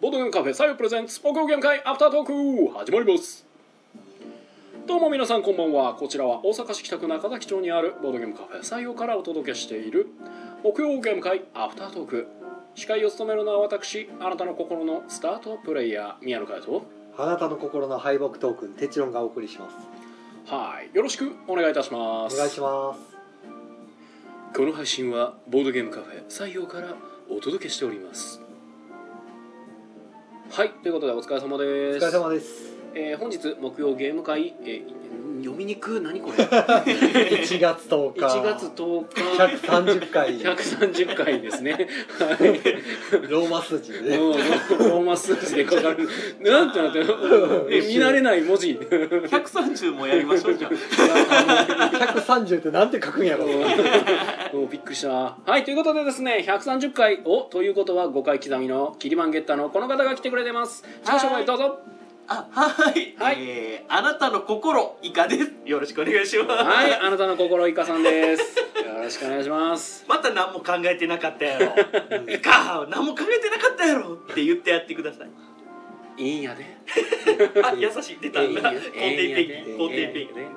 ボードゲームカフェサイプレゼンツ木曜限界アフタートーク始まりますどうも皆さんこんばんはこちらは大阪市北区中崎町にあるボードゲームカフェ採用からお届けしている木曜ゲーム会アフタートーク司会を務めるのは私あなたの心のスタートプレイヤー宮野海斗あなたの心の敗北トークンテチロンがお送りしますはいよろしくお願いいたしまおす願いしますこの配信はボードゲームカフェ採用からお届けしておりますはいということでお疲れ様おです疲れ様 ですえー本日木曜ゲーム会、えー読みにくい何これ1月10日1月10日130回ロ130回ですねはいーマ数字でねもうローマ数字でかかるなんてなってるえ見慣れない文字 130もやりましょうじゃあ130ってなんて書くんやろもうびっくりしたはいということでですね130回おということは5回刻みのキリマンゲッターのこの方が来てくれてます自己紹介どうぞあはい、はいえーあなたの心イカですよろしくお願いします、はいあなたの心イカさんですよろしくお願いしますまた何も考えてなかったやろイカ何も考えてなかったやろって言ってやってくださいいいんやであ優しい出たええ肯定んやでペンギン肯定ペンギンえ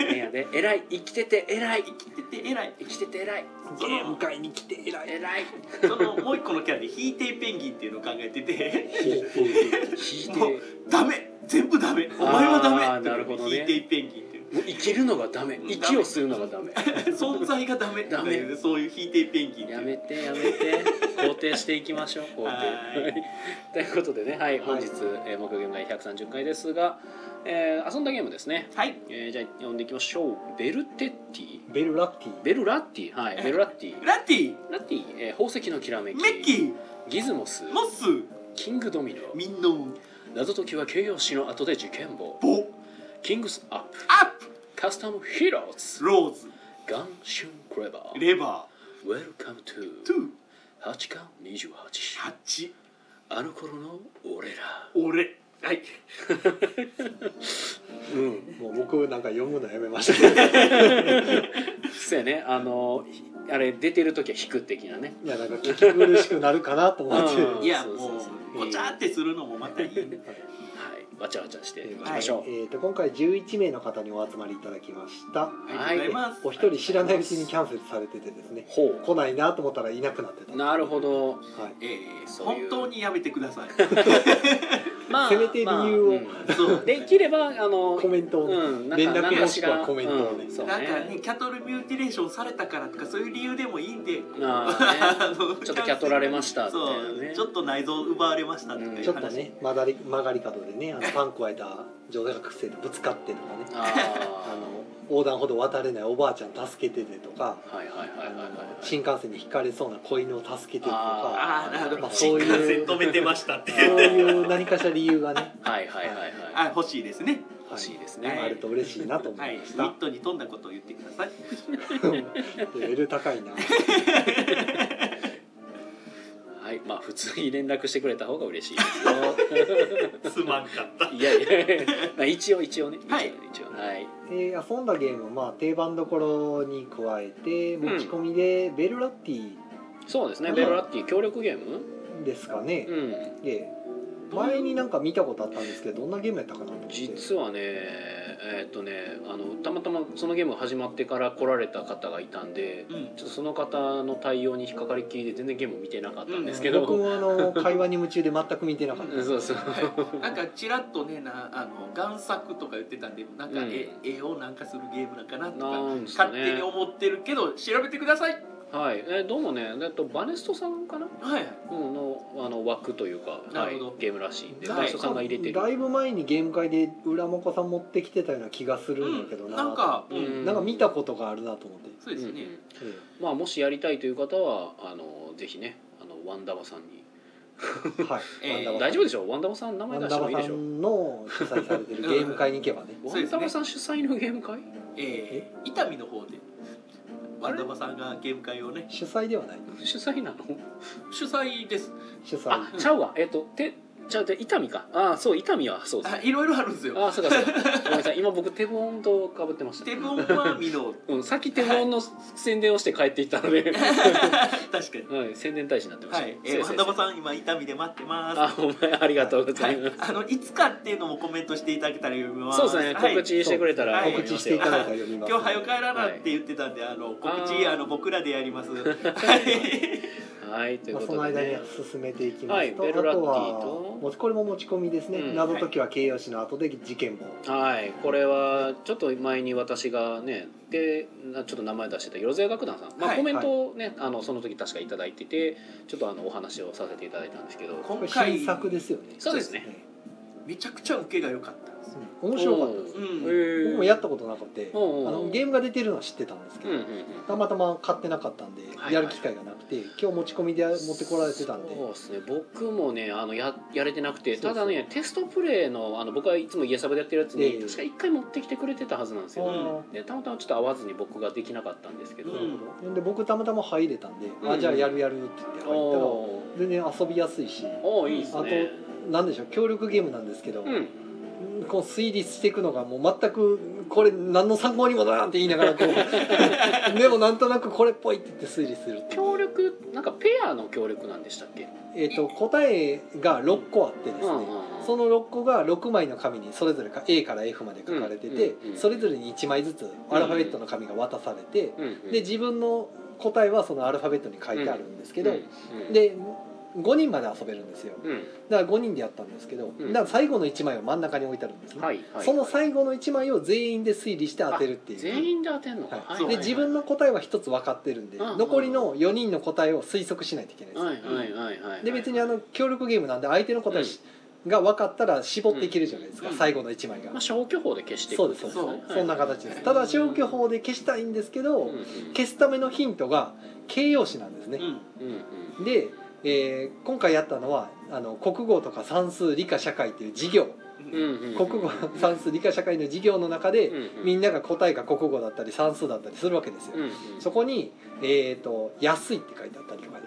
えんやでえらい生きててえらい生きてて偉い生きててえらいゲーム会に来て偉えらいそのもう一個のキャラでヒーテイペンギンっていうのを考えてて引いてもうダメ全部ダメお前はあダメーなるほどねヒーテイペンギンっていうもう生きるのがダメ息をするのがダメ存在がダメってダいメうそういうヒーテイペンギンっていうやめてやめて肯定していきましょう肯定 はーいということでねはいはい本日、えー木曜ゲーム会130回ですが、えー遊んだゲームですね、はいえーじゃあ読んでいきましょうベルテッティベルラッティベルラッティはいベルラッティラッティラッティ、えー宝石のきらめきメッキーギズモスモスキングドミノミンノ謎解きは形容詞の後で受験簿ボキングスアップアッカスタムヒーロープズローズガンシュンクレバーレバウェルカムトーゥトゥ8巻28ハッチあの頃の俺ら俺はいうんもう僕なんか読むのやめました そうやねあのひあれ出てる時は引く的なねいやなんか聞き苦しくなるかなと思ってうんいやそうもそううそうごちゃってするのもまたいいはいわちゃわちゃしていきはまいしょえー、と今回11名の方にお集まりいただきましたありがとうございますお一人知らないうちにキャンセルされててですうねほ来ないなと思ったらいなくなってたうなるほどはいえーそういう本当にやめてく ださいまあせめて理由をまあそううんできればあのコメントをね、うんなんか連絡もしくはコメントをね、うんそうなんかねキャトルミューティレーションされたからとかそういう理由でもいいんでああねのちょっとキャトられましたみたいそなねうちょっと内臓奪われましたっていう話うんちょっとね曲がり曲がり角でねあのパン加えた女学生とぶつかってとかねああの横断歩道渡れないおばあちゃん助けててとかあはいはいはいはいはいあのはい新幹線にひかれそうな子犬を助けてとかああなるほまあそど新うい幹う線止めてましたってそういう何かしら理由がね、はいはいはいはいあ欲しいですねは欲しいですいあねると嬉しいなと思はいいニました、ットに富んだことを言ってくださいレベル高 いなはいまあ普通に連絡してくれた方が嬉しいですすまんかった いやいやまあ一応一応ねはい一応一応はいで遊んだゲームはまあ定番どころに加えて持ち込みでベルラッティそうですねうんベロラッティ協力ゲームですかね、うんで前になんか見たことあったんですけどどんなゲームやったかなと思って実はねえーっとねあのたまたまそのゲームが始まってから来られた方がいたんでうんちょっとその方の対応に引っかかりっきりで全然ゲームを見てなかったんですけど、僕もあの会話に夢中で全く見てなかったですそうそう、なんかちらっとねなあの贋作とか言ってたんでなんかうん絵,、絵をなんかするゲームなんかなとかなんですか勝手ねに思ってるけど調べてくださいはい、えーどうもねえっとバネストさんかなはいうんのあの枠というか、なはるいほど、ゲームらしいんではいバネストさんが入れてるだいぶ前にゲーム会で裏もこさん持ってきてたような気がするんだけどうんな,、なんか、うんうんなんか見たことがあるなと思って、そうですね、うんうんまあもしやりたいという方はあのぜひねあのワンダバさんにはい、えーワンダバ大丈夫でしょワンダバさん名ワ前出ンしてダもいバいでさしょんの主催されてるゲーム会に行けばねんワンダバさん主催のゲーム会えー伊丹の方でワンダバさんがゲーム会をね主催ではない主催なの主催です主催あちゃうわえっとてじゃあで伊丹かああそう伊丹はそうですあねいろいろあるんですよああそうかそうかごめんなさい今僕テボンとかぶってましたテブンはミ ノうん、さっきテボンの宣伝をして帰っていったの で、確かにはい、宣伝大使になってました、はいえーワせンいダせいボさん今痛みで待ってますあお前ありがとうございます、はい、あのいつかっていうのもコメントしていただけたら読みますそうですねはい告知してくれたらはい読告み知ましすてよいただいたら読みます、今日はよ帰らなって言ってたんで、あの告知あの僕らでや りますはいはいというまあ、こそのとで、間にね、進めていきますと、はいベあルラッテとィとはもちこれも持ち込みですね、うん謎解きは形容詞の後で事件簿、はいこれはちょっと前に私がねでなちょっと名前出してたよろずや楽団さん、まあはいコメントをね、あのその時確かいただいててちょっとあのお話をさせていただいたんですけどこれ今回新作ですよねそうですね、めちゃくちゃ受けが良かったんですようん面白かったですうんうへんー僕もやったことなくて、おうおうあのゲームが出てるのは知ってたんですけうんど、うんうんたまたま買ってなかったんで、はいやる機会がなくて今日持ち込みで持ってこられてたんでそうですね僕もねあのややれてなくてそうそうただねテストプレイのあの僕はいつも家サブでやってるやつに、ええ確か1回持ってきてくれてたはずなんですあよ、ーでたまたまちょっと合わずに僕ができなかったんですけど、うなんるほどで僕たまたま入れたんで、うあんじゃあやるやるって言って入ったらお全然遊びやすいしーおーいいですねなんでしょう協力ゲームなんですけど、うんこう推理していくのがもう全くこれ何の参考にもならんって言いながらこ うでもなんとなくこれっぽいって言って推理するっていう協力なんかペアの協力なんでしたっけえー、と答えが6個あってですね、うんうんうんその6個が6枚の紙にそれぞれか A から F まで書かれてて、うんうんうんそれぞれに1枚ずつアルファベットの紙が渡されて、うんうんで自分の答えはそのアルファベットに書いてあるんですけど、うんうんで5人まで遊べるんですようだから5人でやったんですけど、うんだから最後の1枚を真ん中に置いてあるんですね、んはいはいその最後の1枚を全員で推理して当てるっていう全員で当てんのか、はいそうで自分の答えは1つ分かってるんで、うんうん残りの4人の答えを推測しないといけないです、はいはいはいはいで別にあの協力ゲームなんで相手の答えしが分かったら絞っていけるじゃないですか、うん最後の1枚が、まあ、消去法で消していそうくですそうです、ことねそうそんな形ですただ消去法で消したいんですけど、はいうんうん消すためのヒントが形容詞なんですねう、んうんうんで、えー今回やったのはあの国語とか算数理科社会っていう授業うんうんうん国語算数理科社会の授業の中で、うんみんなが答えが国語だったり算数だったりするわけですよ、うんうんそこに、えーと「安い」って書いてあったりとかね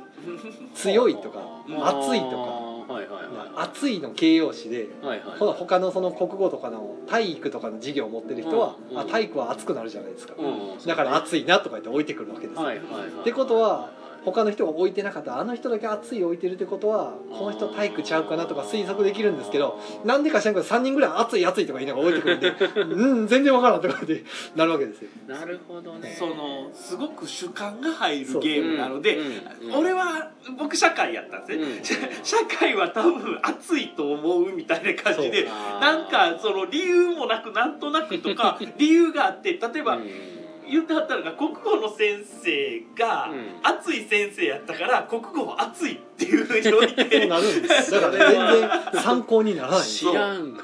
強い」とか「あー熱い」とはいはいはいか「熱い」の形容詞ではいはいほな他のその国語とかの体育とかの授業を持ってる人は、うんあ体育は熱くなるじゃないですか、うんだから「熱いな」とか言って置いてくるわけですよ、はいはいはいってことは他の人が置いてなかったあの人だけ熱い置いてるってことはこの人体育ちゃうかなとか推測できるんですけどなんでか知らんけど3人ぐらい熱い熱いとか言いながら置いてくる んでうん全然わからんとかって なるわけですよなるほどねそのすごく主観が入るゲームなのうで、んうん俺は僕社会やったんですね、うん社 社会は多分熱いと思うみたいな感じでそうなんかその理由もなくなんとなくと か理由があって例えば、うん言ってはったのが国語の先生がうん熱い先生やったから国語は熱いっていうふうに置いそうてなるんですだか ら全然参考にならないんです知らんね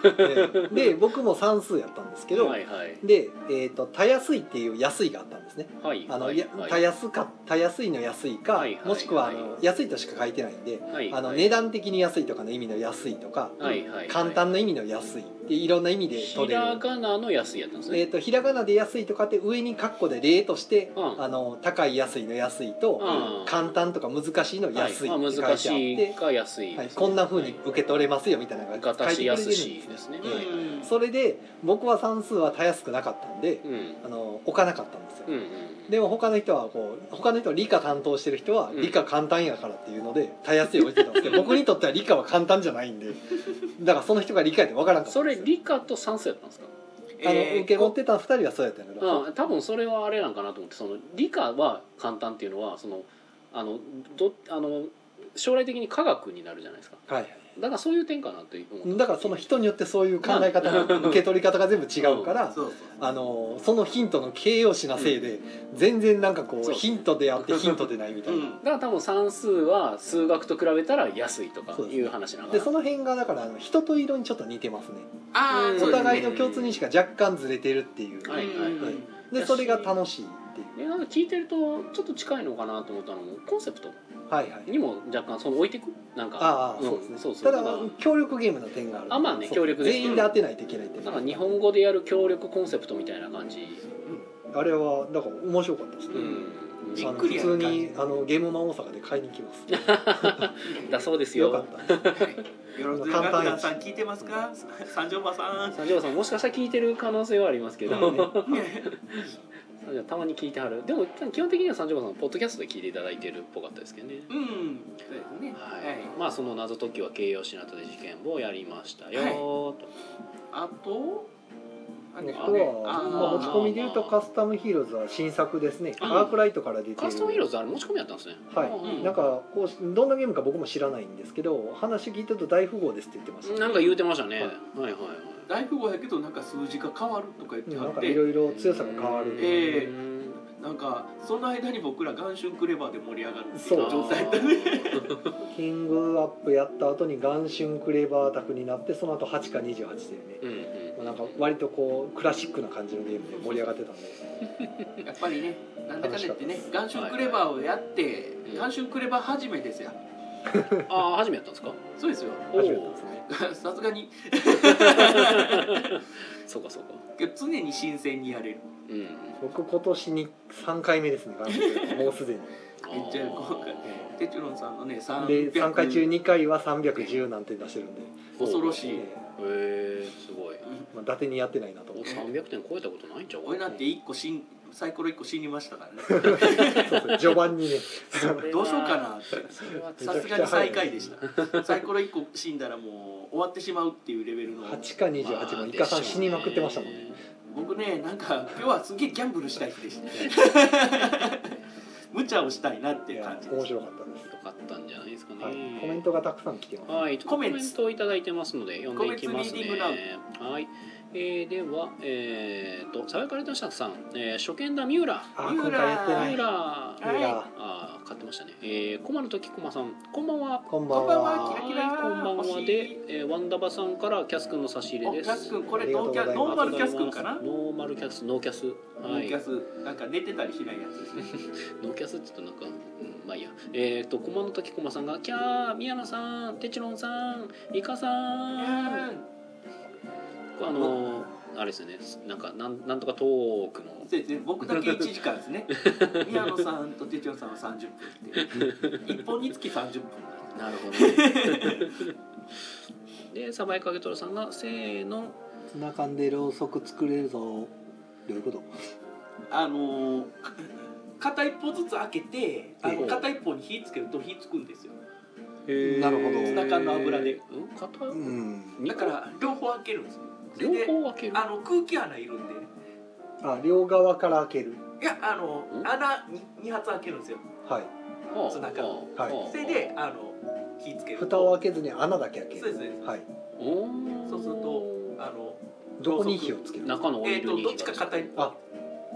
で僕も算数やったんですけど、はいはいで、えー、とたやすいっていう安いがあったんですねはいあの、はいやはいたやすかたやすいの安いか、はいはいもしくはあはの安いとしか書いてないんで、はいあのはい値段的に安いとかの意味の安いとか、はいはいはい簡単な意味の安いっていろんな意味でひ取れらる。がなの安いやったんですえねー、とひらがなで安いとかって上に括弧で例として、うんあの高い安いの安いと、うん簡単とか難しいの安いはっまあて書いてあ難っしてい、か安いはいですねこんな風に受け取れますよみたいなのががた書いしてくれて安るんでしですすねうんはいはいそれで僕は算数はたやすくなかったんで、うんあの置かなかったんですよ、うんうんでも他の人はこう他の人は理科担当してる人はうん理科簡単やからっていうのでたやすいを置いてたん ですけど僕にとっては理科は簡単じゃないんでだからその人が理解でわからんかったそんでれすよ理科と算数やったんですかあのえー受け持ってた2人はそうやったんやけどあ多分それはあれなんかなと思ってその理科は簡単っていうのはそのあのどあの将来的に科学になるじゃないですかはいだからそういう点かなと思っただからその人によってそういう考え方が受け取り方が全部違うからそうそうあのそのヒントの形容詞なせいで全然なんかこそううヒントであってヒントでないみたいなうんだから多分算数は数学と比べたら安いとかいう話なのかでなその辺がだからあの人と色にちょっと似てますねあうんあお互いの共通認識が若干ずれてるっていう、はいはいはいでそれが楽しいっていでうなんか聞いてるとちょっと近いのかなと思ったのもコンセプトはいはいにも若干その置いてくなんかああ、んそうですねそうそうただからだ協力ゲームの点があるあまあねそう協力ですけど全員で当てないといけないっていうなんか日本語でやる協力コンセプトみたいな感じあれはだから面白かったですね、うん、じっくりあやの普通る感じにあのゲームマン大阪で買いに行きますだそうですよよかったよろず簡単がさん聞いてますか三条馬さん三条さんもしかしたら聞いてる可能性はありますけど、うんね三条たまに聞いてはるでも基本的には三条さんはポッドキャストで聞いていただいてるっぽかったですけどねうんそうですねはい、はいまあその謎解きは形容詞などで事件簿をやりましたよ、はいとあとあ僕れは、あーまあ、持ち込みでいうとカスタムヒーローズは新作ですねあアークライトから出てカスタムヒーるローズあれ持ち込みやったんですねはいうんなんかこうどんなゲームか僕も知らないんですけど話聞いてると大富豪ですって言ってましたなんか言うてましたね、ははいい、はいはい大富豪やけどなんか数字が変わるとか言ってうんあなんっかいろていろ強さが変わる、ええうんなんかその間に僕ら元春クレバーで盛り上がるっていそうう状態だったねキングアップやった後に元春クレバー宅になってその後8か28だよね、うんうんまあなんか割とこうクラシックな感じのゲームで盛り上がってたんでやっぱりねなんだかんだ言ってね元た春クレバーをやってうん元春クレバー始めですよああ初めやったんですかそうですよお 初めておですね さすがに そうかそうか常に新鮮にやれるうんめっ僕今年に3回目です ね元春クレバーもうすでにめっちゃ今回テチュロンさんのねで300 3回中2回は310なんて出してるんで、恐ろしいえへえすごいーまあ、伊達にやってないなと思って300点超えたことないんちゃう俺なんて一個死んサイコロ1個死にまし たからねそうそう序盤にねどうしようかなってそれはめちゃさくすちゃがに最下位でしたサイコロ1個死んだらもう終わってしまうっていうレベルの8か28もイカさん死にまくってましたもんね僕ねなんか今日はすげえギャンブルしたい日でした 無茶をしたいなっていいうや感じで面す白かったですよかったんじゃないですかね、はい、コメントがたくさん来てます、はい、ちょっとココメメンツントをいただいてますので読んでいきますねコメンツリーディングナウ。はい、えー、では、えー、と、さやかれたしたさん、えー、初見だ三浦。あー今回やって三ない浦。はいいやはあー、買ってましたね。えー、駒の時駒さん、こんばんは。こんばんこんばんははキラキラはいこんばん欲はしいで、えー、ワンダバさんからキャス君の差し入おれキです。ャス君こあれりがとうノーごキざいまャすノーマルキャス君かなノーマルキャス、ノーキャス。ノはーいキャ。スなんか寝てたりしないやつですねノーキャスって言うとなんか、うん、まあいいや。えっ、ー、と、駒の時駒さんが、キャー、宮野さん、てちろんさん、いかさん。あのーあれですよねなんかなんなんとかトークの先生僕だけ1時間ですね宮野さんと哲代さんは30分って1本につき30分なるほど、 でサバイカゲトラさんが「せーのツナ缶でろうそく作れるぞどういうことあのーか片一方ずつ開けてあえのえ片一方に火つけると火つくんですよ」なるほどツナ缶の油でうん片うんだから両方開けるんですよそれ両で方開けるあの空気穴いるんであ両側から開けるいやあのん穴 2, 発開けるんですよはいああツナ缶ああはいああそれであの火つけると蓋を開けずに穴だけ開けそうるですそうですはいおーそうするとあのどこに火をつける中のオえイっ、ルとにどっちか片一方あ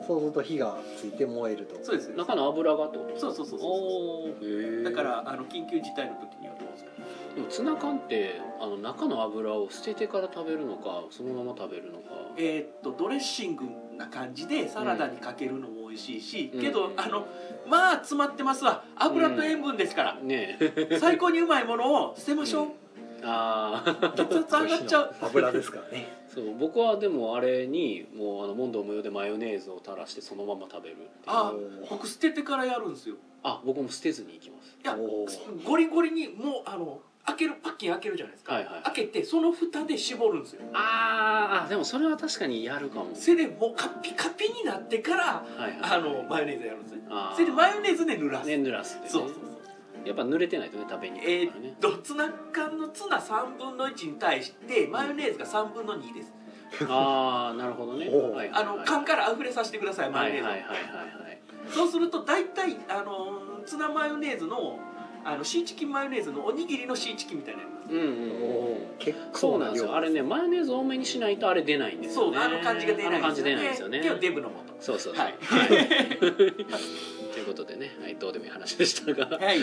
そうすると火がついて燃えるとそうですそうです中の油がってことそうそうそうそうおーへえだからあの緊急事態の時にはどうですかでもツナ缶ってあの中の油を捨ててから食べるのかそのまま食べるのかえーっとドレッシングな感じでサラダにかけるのも美味しいし、うんけどあのまあ詰まってますわ油と塩分ですから、ねえ最高にうまいものを捨てましょう、ああ血圧上がっちゃう油ですからねそう僕はでもあれにもうあの問答無用でマヨネーズを垂らしてそのまま食べるっていうあおー僕捨ててからやるんですよあ僕も捨てずに行きますいやおーゴリゴリにもうあの開けるパッキン開けるじゃないですか、はいはい開けてその蓋で絞るんですよあーあでもそれは確かにやるかもそれでもうカピカピになってからはいはいあのマヨネーズやるんですねあーそれでマヨネーズで濡らす、ね濡らすってねそうそうそうやっぱ濡れてないとね食べにくいえーからねっ、とツナ缶のツナ3分の1に対してマヨネーズが3分の2ですああなるほどねおうはいはあいはいの缶から溢れさせてくださいマはヨネいーズを、はいはいはいはいそうすると大体あのーツナマヨネーズのあのシーチキンマヨネーズのおにぎりのシーチキンみたいになりますうんうんうんおー結そ構うなんなです量よあれねマヨネーズ多めにしないとあれ出ないんですそようねあの感じが出ないあの感じ出ないんでですすよよねねけどデブのもとそうそうそうはいはい、ということでね、はい、どうでもいい話でしたがはいはい、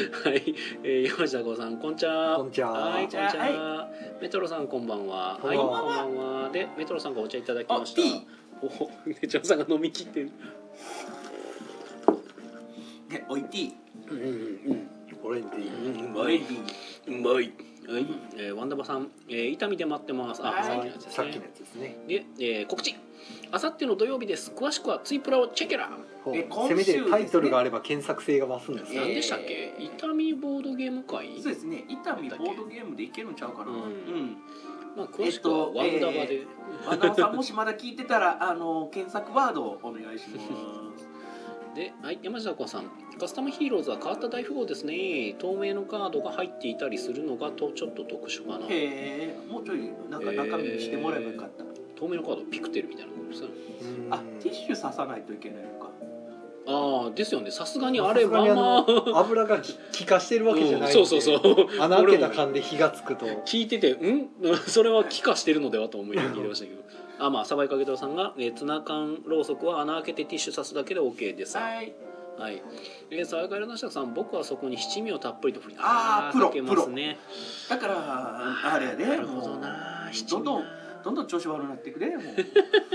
えー、山下五さん、こんちゃこんにちははい、こんちゃはいメトロさん、こんばんは。こんばんははい、こんばんは。で、メトロさんがお茶いただきましあティーた。おお、メトロさんが飲み切ってる。でおいていうんうんオレンジうん。うん、うおまいいて。いうまい。はい、えー、ワンダバさん、えー、痛みで待ってます。あ、はいさっきのやつですさっねきの。やつですねで、えー、告知。あさっての土曜日です詳しくはツイプラをチェケラほうえ今週せめてタイトルがあれば検索性が増すんですよ何でしたっけえー痛みボードゲーム会そうですね伊丹ボードゲームでいけるんちゃうかなううんん、まあ詳しくはワンダバで、えアナウンサーもしまだ聞いてたらあの検索ワードをお願いしますで、はい、山下子さんカスタムヒーローズは変わった大富豪ですね透明のカードが入っていたりするのがとちょっと特殊かなへえもうちょいなんか中身にしてもらえばよかった、透明のカードピクテルみたいなことですよねうんあティッシュ刺さないといけないのかああですよねさすがにあれさすがまあにまああの油がき気化してるわけじゃないんうんでそうそうそう穴開けた感で火がつくと聞いてて「ん それは気化してるのでは?」と思いながら聞いてましたけどあまあサバイカゲトラさんが、えーツナ缶ろうそくは穴開けてティッシュ刺すだけで OK です」はいはい、えー、サバイカゲトラさん僕はそこに七味をたっぷりと振りあーープロかけますねだからあれやでなるほどもなう七ど味んどんどんどん調子悪くなっていくでもうはいはいは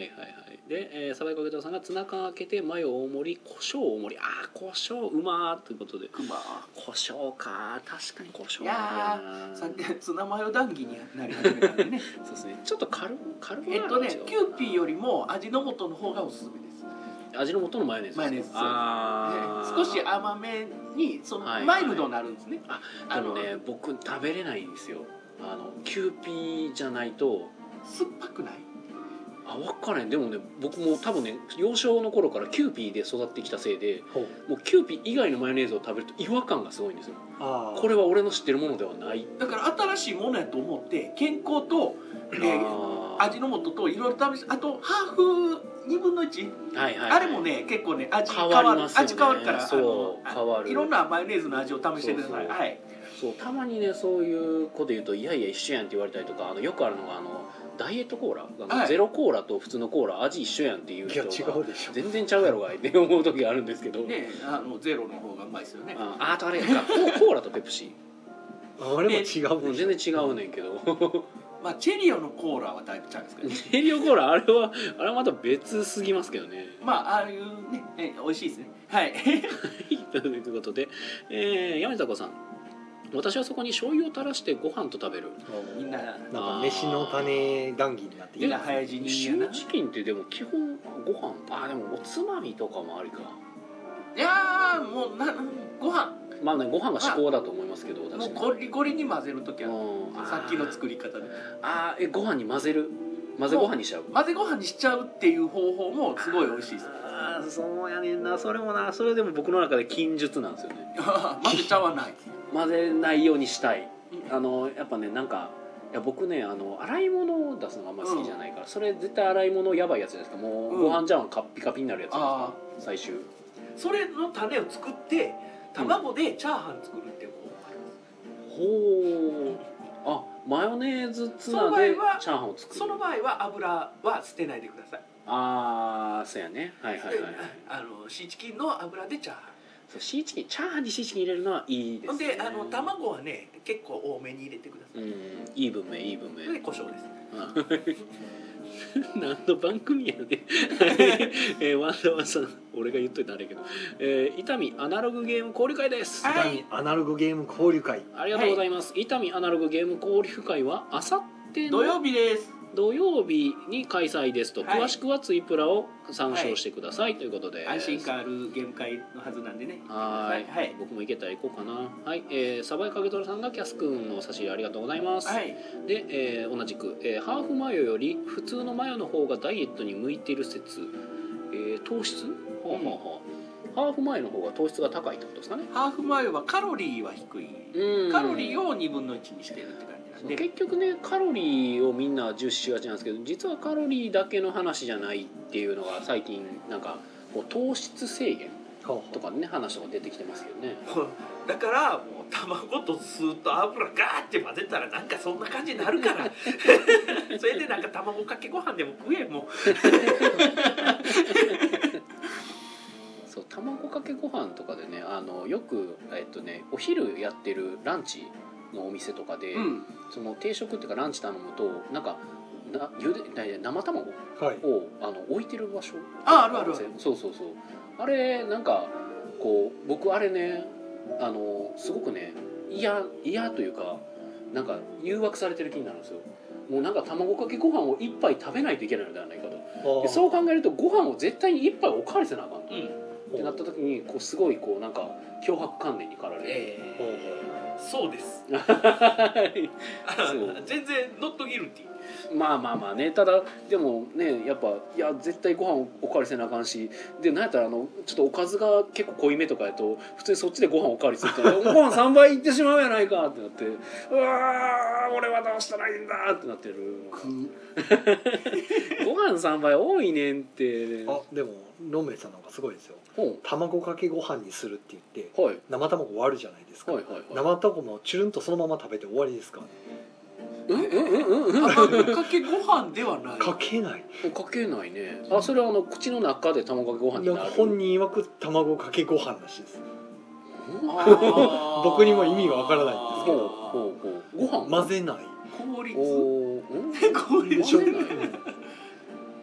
いで、えー、サバイカゲトラさんがツナ缶開けてマヨ大盛り胡椒大盛りああ胡椒うまーということでクマ 胡椒か確かに胡椒いやーさっきツナマヨ談義になり始めたんでね そうですねちょっと軽軽くえっとねなるんですキよューピーよりも味の素の方がおすすめです味の素のマヨネーズマヨネーズあーね少し甘めにそのはいはいマイルドになるんですね、あでもね僕食べれないんですよあのキューピーじゃないと酸っぱくないあ分からへんでもね僕も多分ね幼少の頃からキューピーで育ってきたせいでほうもうキューピー以外のマヨネーズを食べると違和感がすごいんですよあーこれは俺の知ってるものではないだから新しいものやと思って健康と、えあーー味の素といろいろ試しあとハーフ2分の1、はいはいはいあれもね結構ね味変変わわりるますよね味変わるからそうあのあ変わるいろんなマヨネーズの味を試してくださそういそうはいそうたまにねそういうこと言うと「いやいや一緒やん」って言われたりとかあのよくあるのがあのダイエットコーラあのはいゼロコーラと普通のコーラ味一緒やんっていういや人違がうでしょ全然ちゃうやろがい って思う時あるんですけど、ねあのゼロの方がうまいですよねああとあれやんかコーコーラとペプシあれも違うでしょーもう全然違うねんけどまあチェリオのコーラはだいぶちゃうんですけどねヘリオコーラあれはあれはまた別すぎますけどねまあああいうねえ美味しいですねはいはいということで、えー、山下子さん私はそこに醤油を垂らしてご飯と食べるみんななんか飯の種談義になっていみいんな早死シ人ュやーなチキンってでも基本ご飯あでもおつまみとかもありかいやーもうなご飯まあねご飯が至高だと思いますけども私うゴリゴリに混ぜる時はさっきのり作り方であーえご飯に混ぜる混ぜご飯にしちゃう混ぜご飯にしちゃうっていう方法もすごい美味しいです ああそうやねんなそれもなそれでも僕の中で禁術なんですよね混ぜちゃわない混ぜないようにしたいあのやっぱねなんかいや僕ねあの洗い物を出すのがあんまり好きじゃないから、それ絶対洗い物やばいやつじゃないですかもう、うんご飯じゃんカッピカピになるやつじゃあないですか最終それの種を作って卵でチャーハン作るっていう方法もありまほうあマヨネーズツナその場合ではチャーハンを作するその場合は油は捨てないでくださいああそうやねはいはいはいはいあのシーチキンの油でチャーハそうシーチキンチャーハンにシーチキン入れるのはいいンでほすんねであの卵はね結構多めに入れてくださういんいい文明いい文明それで胡椒ですうん 何の番組や ね、えー、ワンダワンさん俺が言っといたあれやけど、えー、伊丹アナログゲーム交流会です、はいアナログゲーム交流会ありがとうございます、伊丹アナログゲーム交流会はあさって土の曜日です土曜日に開催ですと、はい詳しくはツイプラを参照してください、ということで安心感あるゲーム会のはずなんでねはーいはい僕も行けたら行こうかなはい、えー、サバイカゲトラさんがキャス君の差し入れありがとうございます、はいで、えー同じく、えーハーフマヨより普通のマヨの方がダイエットに向いている説、えー糖質、はあはあはあハーフマヨの方が糖質が高いってことですかねハーフマヨはカロリーは低いカロリーを2分の1にしてるって感じなんで結局ねカロリーをみんな重視しがちなんですけど実はカロリーだけの話じゃないっていうのが最近なんかこう糖質制限ほうとかね話とか出てきてますけどね だからもう卵と酢と油ガーって混ぜたらなんかそんな感じになるから それでなんか卵かけご飯でも食えもそう卵かけご飯とかでねあのよく、えっとね、お昼やってるランチのお店とかで、う、ん、その定食っていうかランチ頼むとなんかなゆでな生卵をはいあの置いてる場所ああるあるあるそうそうそうあれなんかこう僕あれねあのすごくね嫌嫌というかなんか誘惑されてる気になるんですよもうなんか卵かけご飯を一杯食べないといけないのではないかとあであそう考えるとご飯を絶対に一杯おかわりせなあかんと、うんってなった時にこうすごいこうなんか脅迫観念に駆られる、えほうーそうですそう 全然ノットギルティまあまあまあねただでもねやっぱいや絶対ご飯おかわりせなあかんしでなんやったらあのちょっとおかずが結構濃いめとかやと普通にそっちでご飯おかわりするとご飯3杯いってしまうやないかってなってうわー俺はどうしたらいいんだってなってるご飯3杯多いねんってあでもロメさんなんかすごいですよほ卵かけご飯にするって言ってうはい生卵割るじゃないですか、はいはいはい生卵もチュルンとそのまま食べて終わりですからねうんうんうんうん卵かけご飯ではないかけないかけないねあそれはあの口の中で卵かけご飯になんなかる本人曰く卵かけご飯らしいですあー 僕にも意味がわからないんですほうほうほうご飯混ぜない効率おーん 効率でしょうん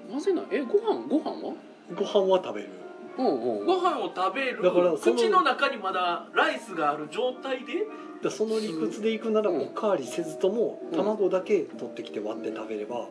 混ぜないえご飯ご飯はご飯は食べるうんうんご飯を食べるだからその口の中にまだライスがある状態でだその理屈でいくならうんおかわりせずともうん卵だけ取ってきて割って食べれば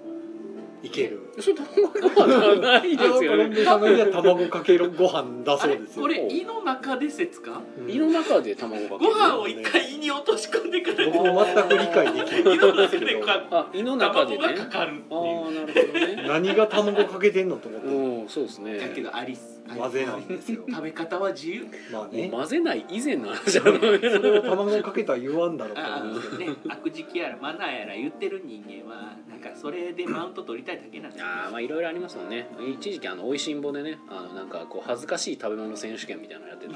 いける、それ卵かけご飯じゃないですあよのねこの番組は卵かけご飯だあそうれですよこれ胃の中で説かうん胃の中で卵かけご飯を一回胃に落とし込んでから胃僕も全く理解できないの中でかあ胃の中で卵ねがかかるっあてあいうなるほどね何が卵かけてんのと思ってうんそうですねだけどアリス混ぜないんで すよ食べ方は自由まあもうね混ぜない以前の話じゃないそれを卵かけとは言わんだろうとあ思うんですあのね悪事記やらマナーやら言ってる人間はなんかそれでマウント取りたいだけなんだよあーまあいろいろありますもんね一時期あの美味しんぼでねあのなんかこう恥ずかしい食べ物選手権みたいなのやってたい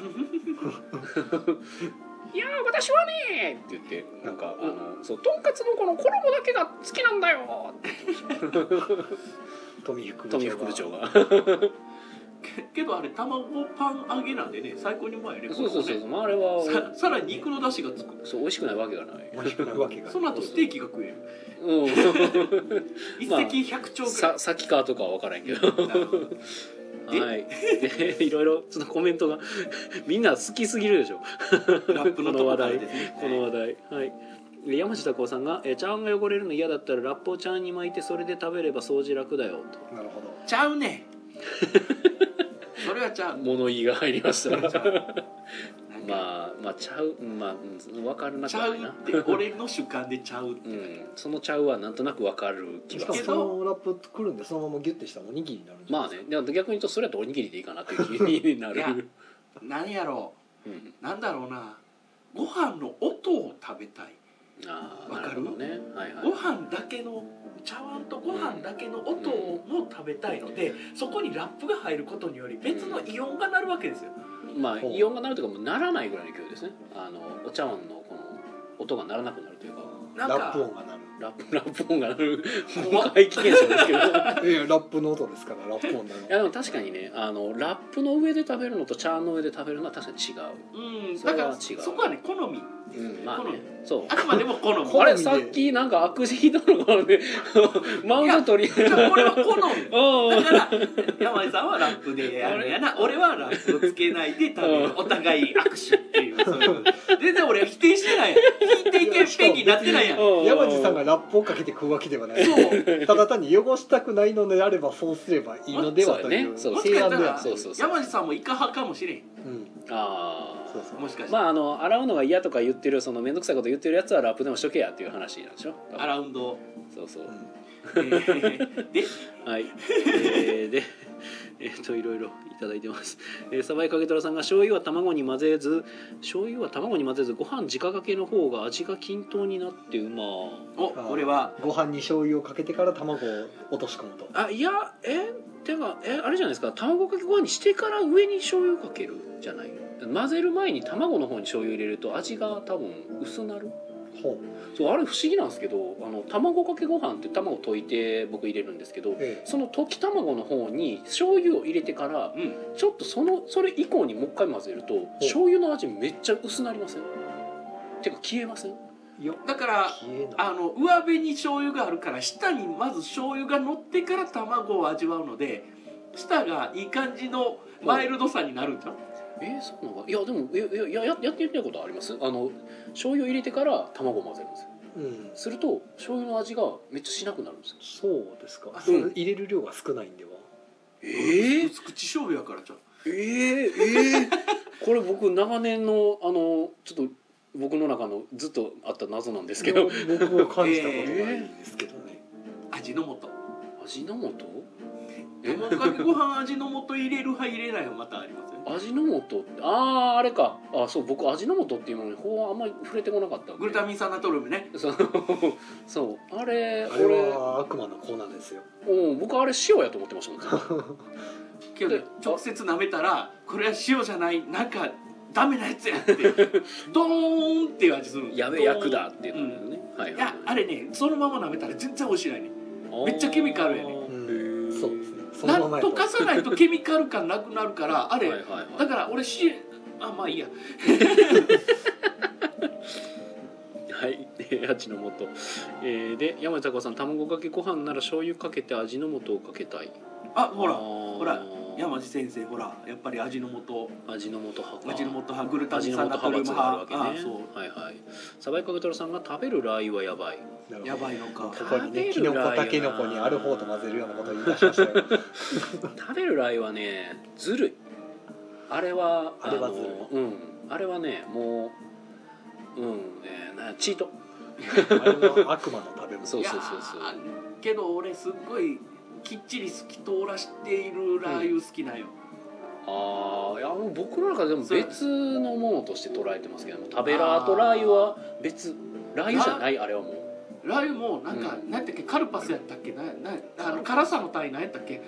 やー私はねーって言ってなんかあのそうとんかつのこの衣だけが好きなんだよーってけど富福部富長副部長ががけけどあれ卵パン揚げなんでね最高にうまいよねそうそうそうこそう、まあ、あれはこねささらに肉の出汁がつくそう美味しくないわけがない美味しくないわけがその後ステーキが食える一まあ石百うん鳥ぐら いさ先かとかは分からんけどなるほどではいで いろいろちょっとコメントが みんな好きすぎるでしょラップのとこからですねこの話題はい山下孝さんが「え茶碗が汚れるの嫌だったらラップを茶碗に巻いてそれで食べれば掃除楽だよ」なるほどちゃうねんそれはちゃとう物言いが入りました なんかまあまあちゃうまあうん分からなくちゃはうないなって俺の主観でちゃうってうだけんそのちゃうはなんとなく分かる気しがかすもるそのラップくるんでそのままギュッてしたおにぎりになるんじゃまなあいですねでも逆に言うとそれやとおにぎりでいいかなっていう気にないやる、何やろうん、うなんだろうなご飯の音を食べたいああわなかるるほどねはいはいご飯だけの茶碗とご飯だけの音も食べたいのでそこにラップが入ることにより別のイオンが鳴るわけですよまあほうイオンが鳴るとかもうならないぐらいの勢いですねあのお茶碗のこの音が鳴らなくなるというかなかんかラップ音が鳴ラップ ラップ音が鳴る怖っ怖い危険者ですけどいやるいやラップの音ですからラップ音なのでも確かにねあのラップの上で食べるのと茶碗の上で食べるのは確かに違うんそだれかはら違うそこはね好みう、うん、まあねそうあくまでも好 みこあれ好みでさっきなんか悪事ひどいのかでマウント取りじゃあこれは好み おだうから 山井さんはラ ップでやるやな俺はラップをつけないで食べうるんお互い握手っていうそう いう全然俺は否定してない否定権ペンになってないやんそうおう山地さんがラップをかけて食うわけではないただ単に汚したくないのであればそうすればいいのではというそうだもね提しかした案でらはそうそうそう山地さんもイカ派かもしれんうんあそうあそうもしかしたらまああの洗うのが嫌とか言ってるその面倒くさいこと言ってるやつはラップでもしとけやっていう話なんでしょアラウン ド、そうそうう、んえーではい、えーで、えーっといろいろいただいてます。えー、サバイかけとらさんが醤油は卵に混ぜず、醤油は卵に混ぜず、ご飯直かけの方が味が均等になってうま。お俺はご飯に醤油をかけてから卵を落とし込むとあ、いや、え、てか、え、あれじゃないですか、卵かけご飯にしてから上に醤油かけるじゃない。混ぜる前に卵の方に醤油入れると味が多分薄なるほうそうあれ不思議なんですけどあの卵かけご飯って卵溶いて僕入れるんですけどえその溶き卵の方に醤油を入れてからうんちょっとそのそれ以降にもう一回混ぜると醤油の味めっちゃ薄なりませんてか消えませんえよだから消えないあの上辺に醤油があるから下にまず醤油が乗ってから卵を味わうので舌がいい感じのマイルドさになるんじゃんえー、そうなのかいやでもいやいややややってみたことありますあの醤油入れてから卵を混ぜるんですようんすると醤油の味がめっちゃしなくなるんですよそうですかうんそれ入れる量が少ないんではえうつ口醤油やからちゃうええ えこれ僕長年のあのちょっと僕の中のずっとあった謎なんですけど僕も感じたことないですけどね、味の素味の素え卵かけご飯味の素入れる派入れない派またありますよね味の素ってあああれかあそう僕味の素っていうものに法はあんまり触れてこなかったんでグルタミン酸ナトリウムねそうそうあれあれは悪魔の粉ですよ俺、うん、僕あれ塩やと思ってました もんけどねで直接舐めたらこれは塩じゃないなんかダメなやつやって ドーンっていう味するんですやべえ役だっていうのね、はいいはいやあれねそのまま舐めたら全然美味しないねめっちゃケミカルやねあーうんへーそうですねそなのままんやととかさないとケミカル感なくな るからはあいれ、はいはいだから俺しあまあいいやはい、 で八の素、えー、で山井孝さん卵かけご飯なら醤油かけて味の素をかけたいあほらほら山地先生ほらやっぱり味の素味の素派か味の素派グルタ味ミンの素酸派ナトリウム閥がある派わけねあそうはいはいサバイカゲトロさんが食べるラー油はやばいなるほどやばいのかここにね食キべノるラー油コなタケノコにある方と混ぜるようなことを言い出しましたよ食べるラー油はねずるいあれはあれはずるいのうんあれはねもううん、えーなチートあれは悪魔の食べ物そうそうそうそういやーけど俺すっごいきっちり透き通らしているラー油好きなんよ、ああいやもう僕の中でもそう別のものとして捉えてますけども食べラーとラー油は別ラー油じゃないあれはもうラー油もなんか、うなんやったっけカルパスやったっけななあの辛さの単位なんやったっけ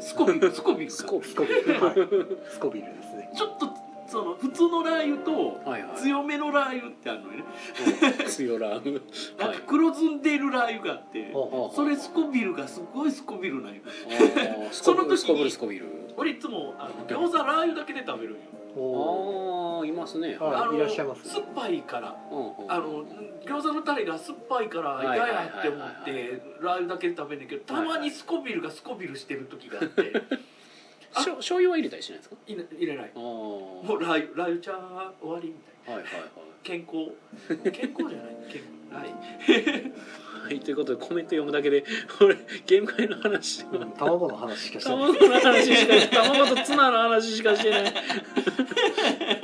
スコビルスコビルかスちコょースコビル、はい、スコビルですねっとその普通のラー油とはいはい強めのラー油ってあるのよね強ラーなんか黒ずんでいるラー油があって、ほうほそれスコビルがすごいスコビルなんよそそのの時に時スコブルスコビル俺いつもあの餃子ラー油だけで食べるんようおああいますねはいあのいらっしゃいます酸っぱいからうんうんあの餃子のタレが酸っぱいからはいは嫌いはいやって思っはいてラー油だけで食べんねんけどたまにスコビルがスコビルしてる時があってあしょ醤油は入れたりしないですかいな入れないああはもうラー油ラー油ちゃー終わりみたいないはいはい健康健康じゃない健康ははいいということでコメント読むだけで 俺ゲーム会の話してうますん、卵の話しかしてない卵の話しかし卵とツナの話しかして ない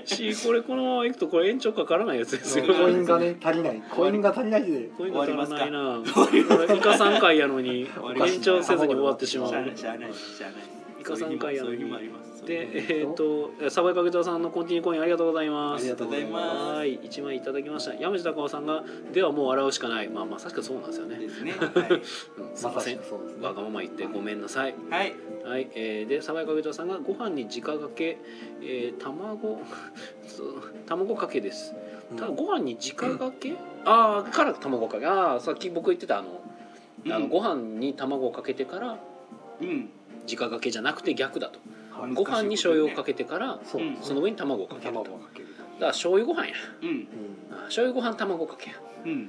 しこれこのままいくとこれ延長かからないやつですよコインがね足りないコインが足りないでコインが足らないなりこれイカ3回やのにわりました延長せずに終わってしましゃあなういしゃあないしゃあないイカさん会やのそうにいう日もありますででえっ、とサバイバゲタさんのコンティニューコインありがとうございまありすがとうございますまはい1枚いただきました山地孝さんが「ではもう洗うしかない」まあまあ確かそうなんですよね、ですねはいうん、すすいませんくそうですねわがまま言ってごめんなさいはいはい、えー、でサバイカゲトさんがご飯に直掛け、えー、卵 そう卵かけです。ただうんご飯に直掛け、ああから卵かけああさっき僕言ってたあの,、あのご飯に卵をかけてからうん直掛けじゃなくて逆だとはいご飯に醤油をかけてからそううんその上に卵をかけるとだ卵かをかけるとら醤油ご飯やうんあー醤油ご飯卵かけや、 うんうん、っ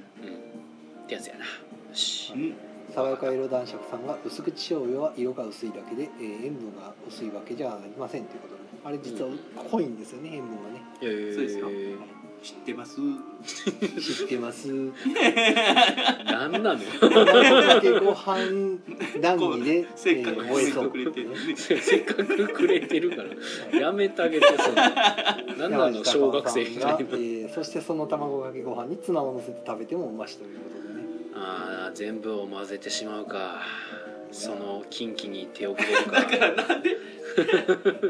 てやつやなよしうん爽やか色男爵さんが薄口醤油は色が薄いだけで、えー塩分が薄いわけじゃありませんということであれ実は濃いんですよね塩分がねえーそうですよ知ってます知ってますなんなの 卵かけご飯談義ねせっかくえー終えそうくれてるねせっかくくれてるからやめてあげてそ んななんなの小学生みたいえなーそしてその卵かけご飯にツナを乗せて食べてもうましということでねああ全部を混ぜてしまうかその近畿に手を触れるかだからなんで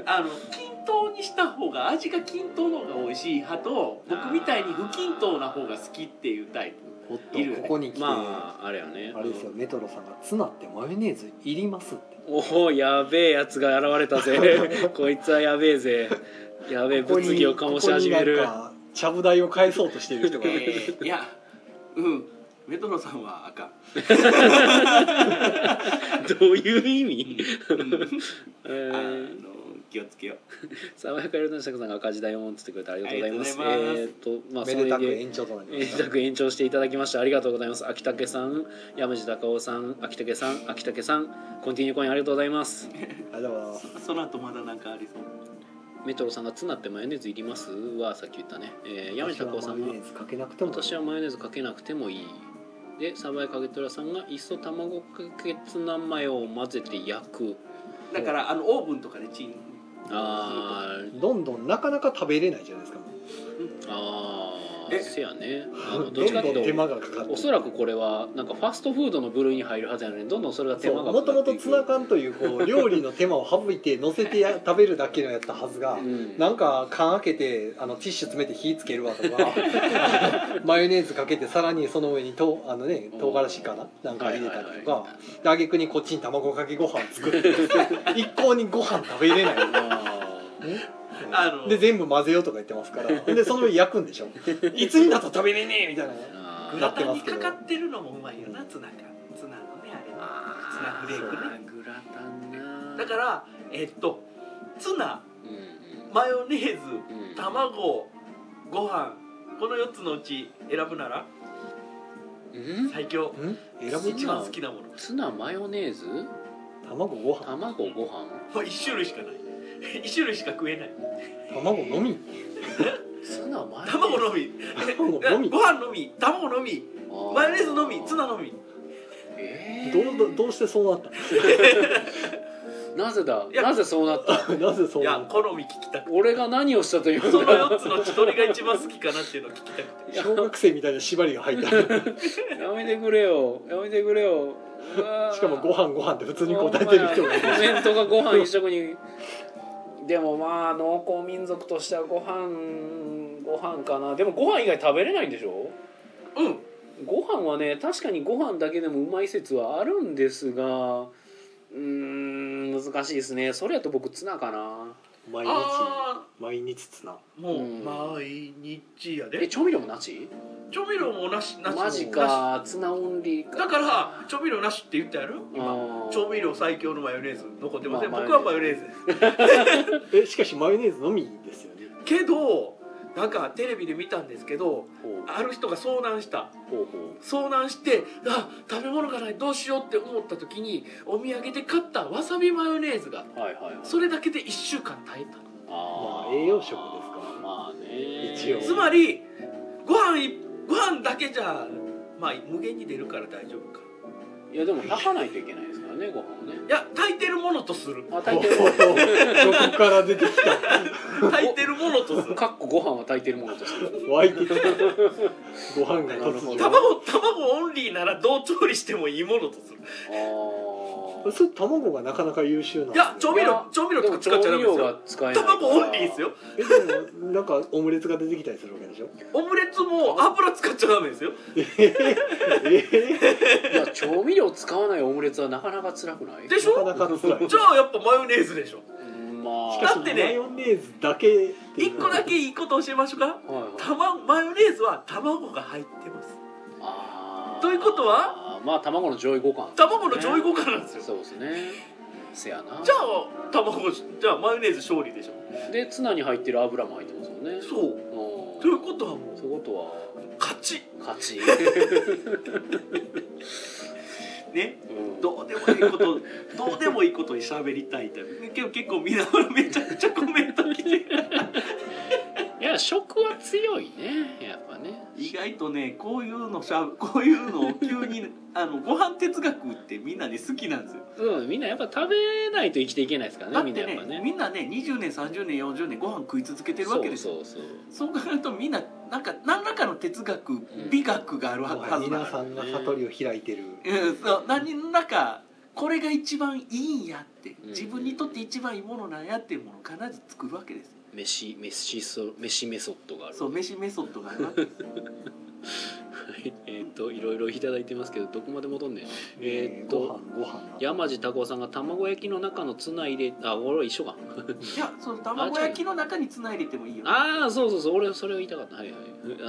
あの均等にした方が味が均等の方が美味しい派と僕みたいに不均等な方が好きっていうタイプおっといるよねここに来て、まああれやねあ、れですよメトロさんが「ツナってマヨネーズいります」っておおやべえやつが現れた ぜこいつはやべえぜやべえここに物議を醸し始めるここになんかちゃぶ台を返そうとしてる人が えーいやうんメトロさんはあかん、どういう意味、うんえあのー、気をつけよ爽やかやるのしさくさんが赤字だよんっつってくれてありがとうございますありがとうござえーいっまとまあそめれでたくで延長となりまえーしたたく延長していただきましてありがとうございます秋武さん山地隆夫さん秋武さん秋武さんコンティニューコインありがとうございますありがとうございますうその後まだなんかありそうメトロさんが「ツナってマヨネーズいります?」はさっき言ったね、えー、山下幸さん私はマがヨネーズかけなく「ても私はマヨネーズかけなくてもいい」でサバイカゲトラさんが「いっそ卵かけツナマヨを混ぜて焼くだからあのオーブンとかでチン」あーどんどんなかなか食べれないじゃないですかあーえせやねあどのんどっちかってどん手いうと間がかかっておそらくこれはなんかファストフードの部類に入るはずやのにどんどんそれが手間がもともかかとっていくツナ缶という こう料理の手間を省いて乗せてや食べるだけのやったはずがうんなんか缶開けてあのティッシュ詰めて火つけるわとか マヨネーズかけてさらにその上にとあのね唐辛子かななんか入れたりとはかで挙句にこっちに卵かけご飯作って 一向にご飯食べれない、ね、ああので全部混ぜようとか言ってますからでその上焼くんでしょいつになったら食べれねえみたいなーグあラタンにかかってるのもうまいよなツナがツナのねあれねツナーフレークねグラタンなだからえっとツナうんマヨネーズうんうん卵ご飯この4つのうち選ぶならうん最強ん選ぶ一番好きなものツナマヨネーズ卵ご飯卵ご飯もう1種類しかない 一種類しか食えない卵のみツナマヨネーズ卵のみ卵のみご飯のみ卵のみマヨネーズのみツナのみえどーうどどうしてそう なったなぜだいやなぜそうなったのなぜそいうなやっ好み聞きたくて俺が何をしたというんそのだ4つのうちどれが一番好きかなっていうのを聞きたくてた小学生みたいな縛りが入ったしやめてくれよやめてくれようわーかもご飯ご飯って普通に答えてる人がいお前るコメントがご飯一食にでもまあ農耕民族としてはご飯ご飯かなでもご飯以外食べれないんでしょうんご飯はね確かにご飯だけでもうまい説はあるんですがうーん難しいですねそれやと僕ツナかな毎日あ毎日ツナあもううん毎日やえで調味料もなし調味料もなしなしマジかツナオンリーなしかだから調味料なしって言ったやろ今あー調味料最強のマヨネーズ残ってません、まあ僕はマヨネーズえしかしマヨネーズのみです よねけどなんかテレビで見たんですけどほうある人が遭難したほうほ遭難してあ食べ物がないどうしようって思った時にお土産で買ったわさびマヨネーズがうはいはいはいそれだけで1週間耐えたあまあー栄養食ですからまあね一応つまりご飯いご飯だけじゃまあ無限に出るから大丈夫かいやでも炊かないといけないですからねご飯をねいや炊いてるものとするあお炊いてるもおどこから出てき炊いてるものとすのるかっこご飯は炊いてるものと してた湧いてきたご飯が突なる如卵卵オンリーならどう調理してもいいものとするああそれ卵がなかなか優秀なんいですねや調味料調味料でともか調使っちゃダ味メ料ですがよ使えないから卵オンリーですよえでもなんかオムレツが出てきたりするわけでしょオムレツも油使っちゃダメですよえいや調味料使わないオムレツはなかなか辛くないでしー、ょなかなか辛いじゃあやっぱマヨネーズでしょうんまあしだかしってマねヨネーズだけってい一うの個はだけいいこと教えましょうかはいはいたまマヨネーズは卵が入ってますあーということあはーまあ卵の上位互換卵の上位互換なんですよそうですねせやなじゃあ卵じゃあマヨネーズ勝利でしょでツナに入ってる油も入ってますもんねそううんということはもうそういうことは勝ち勝 ちねうんどうでもいいことどうでもいいことに喋りたいって結構結構みんなめちゃくちゃコメント来ていや食は強いねやっぱね意外とねこういうのしゃ こういうのを急に あのご飯哲学ってみんなね好きなんですようんみんなやっぱ食べないと生きていけないですからねだっみてんなやねっぱねみんなね20年30年40年ご飯食い続けてるわけですよそうそうそうそう考えるとみんななんか何らかの哲学ん美学があるははず皆ださんが悟りを開いてる、うんそう何らかこれが一番いいんやってうん自分にとって一番いいものなんやっていうものを必ず作るわけですよ飯飯そ飯メソッドがある そう飯メソッドがあるわけですよはいえーっといろいろいただいてますけどどこまで戻んねんえーっごと飯ご飯山地孝夫さんが卵焼きの中のツナ入れあ俺は一緒かいやその卵焼きの中につないでてもいいよああそうそうそう俺それを言いたかったはいは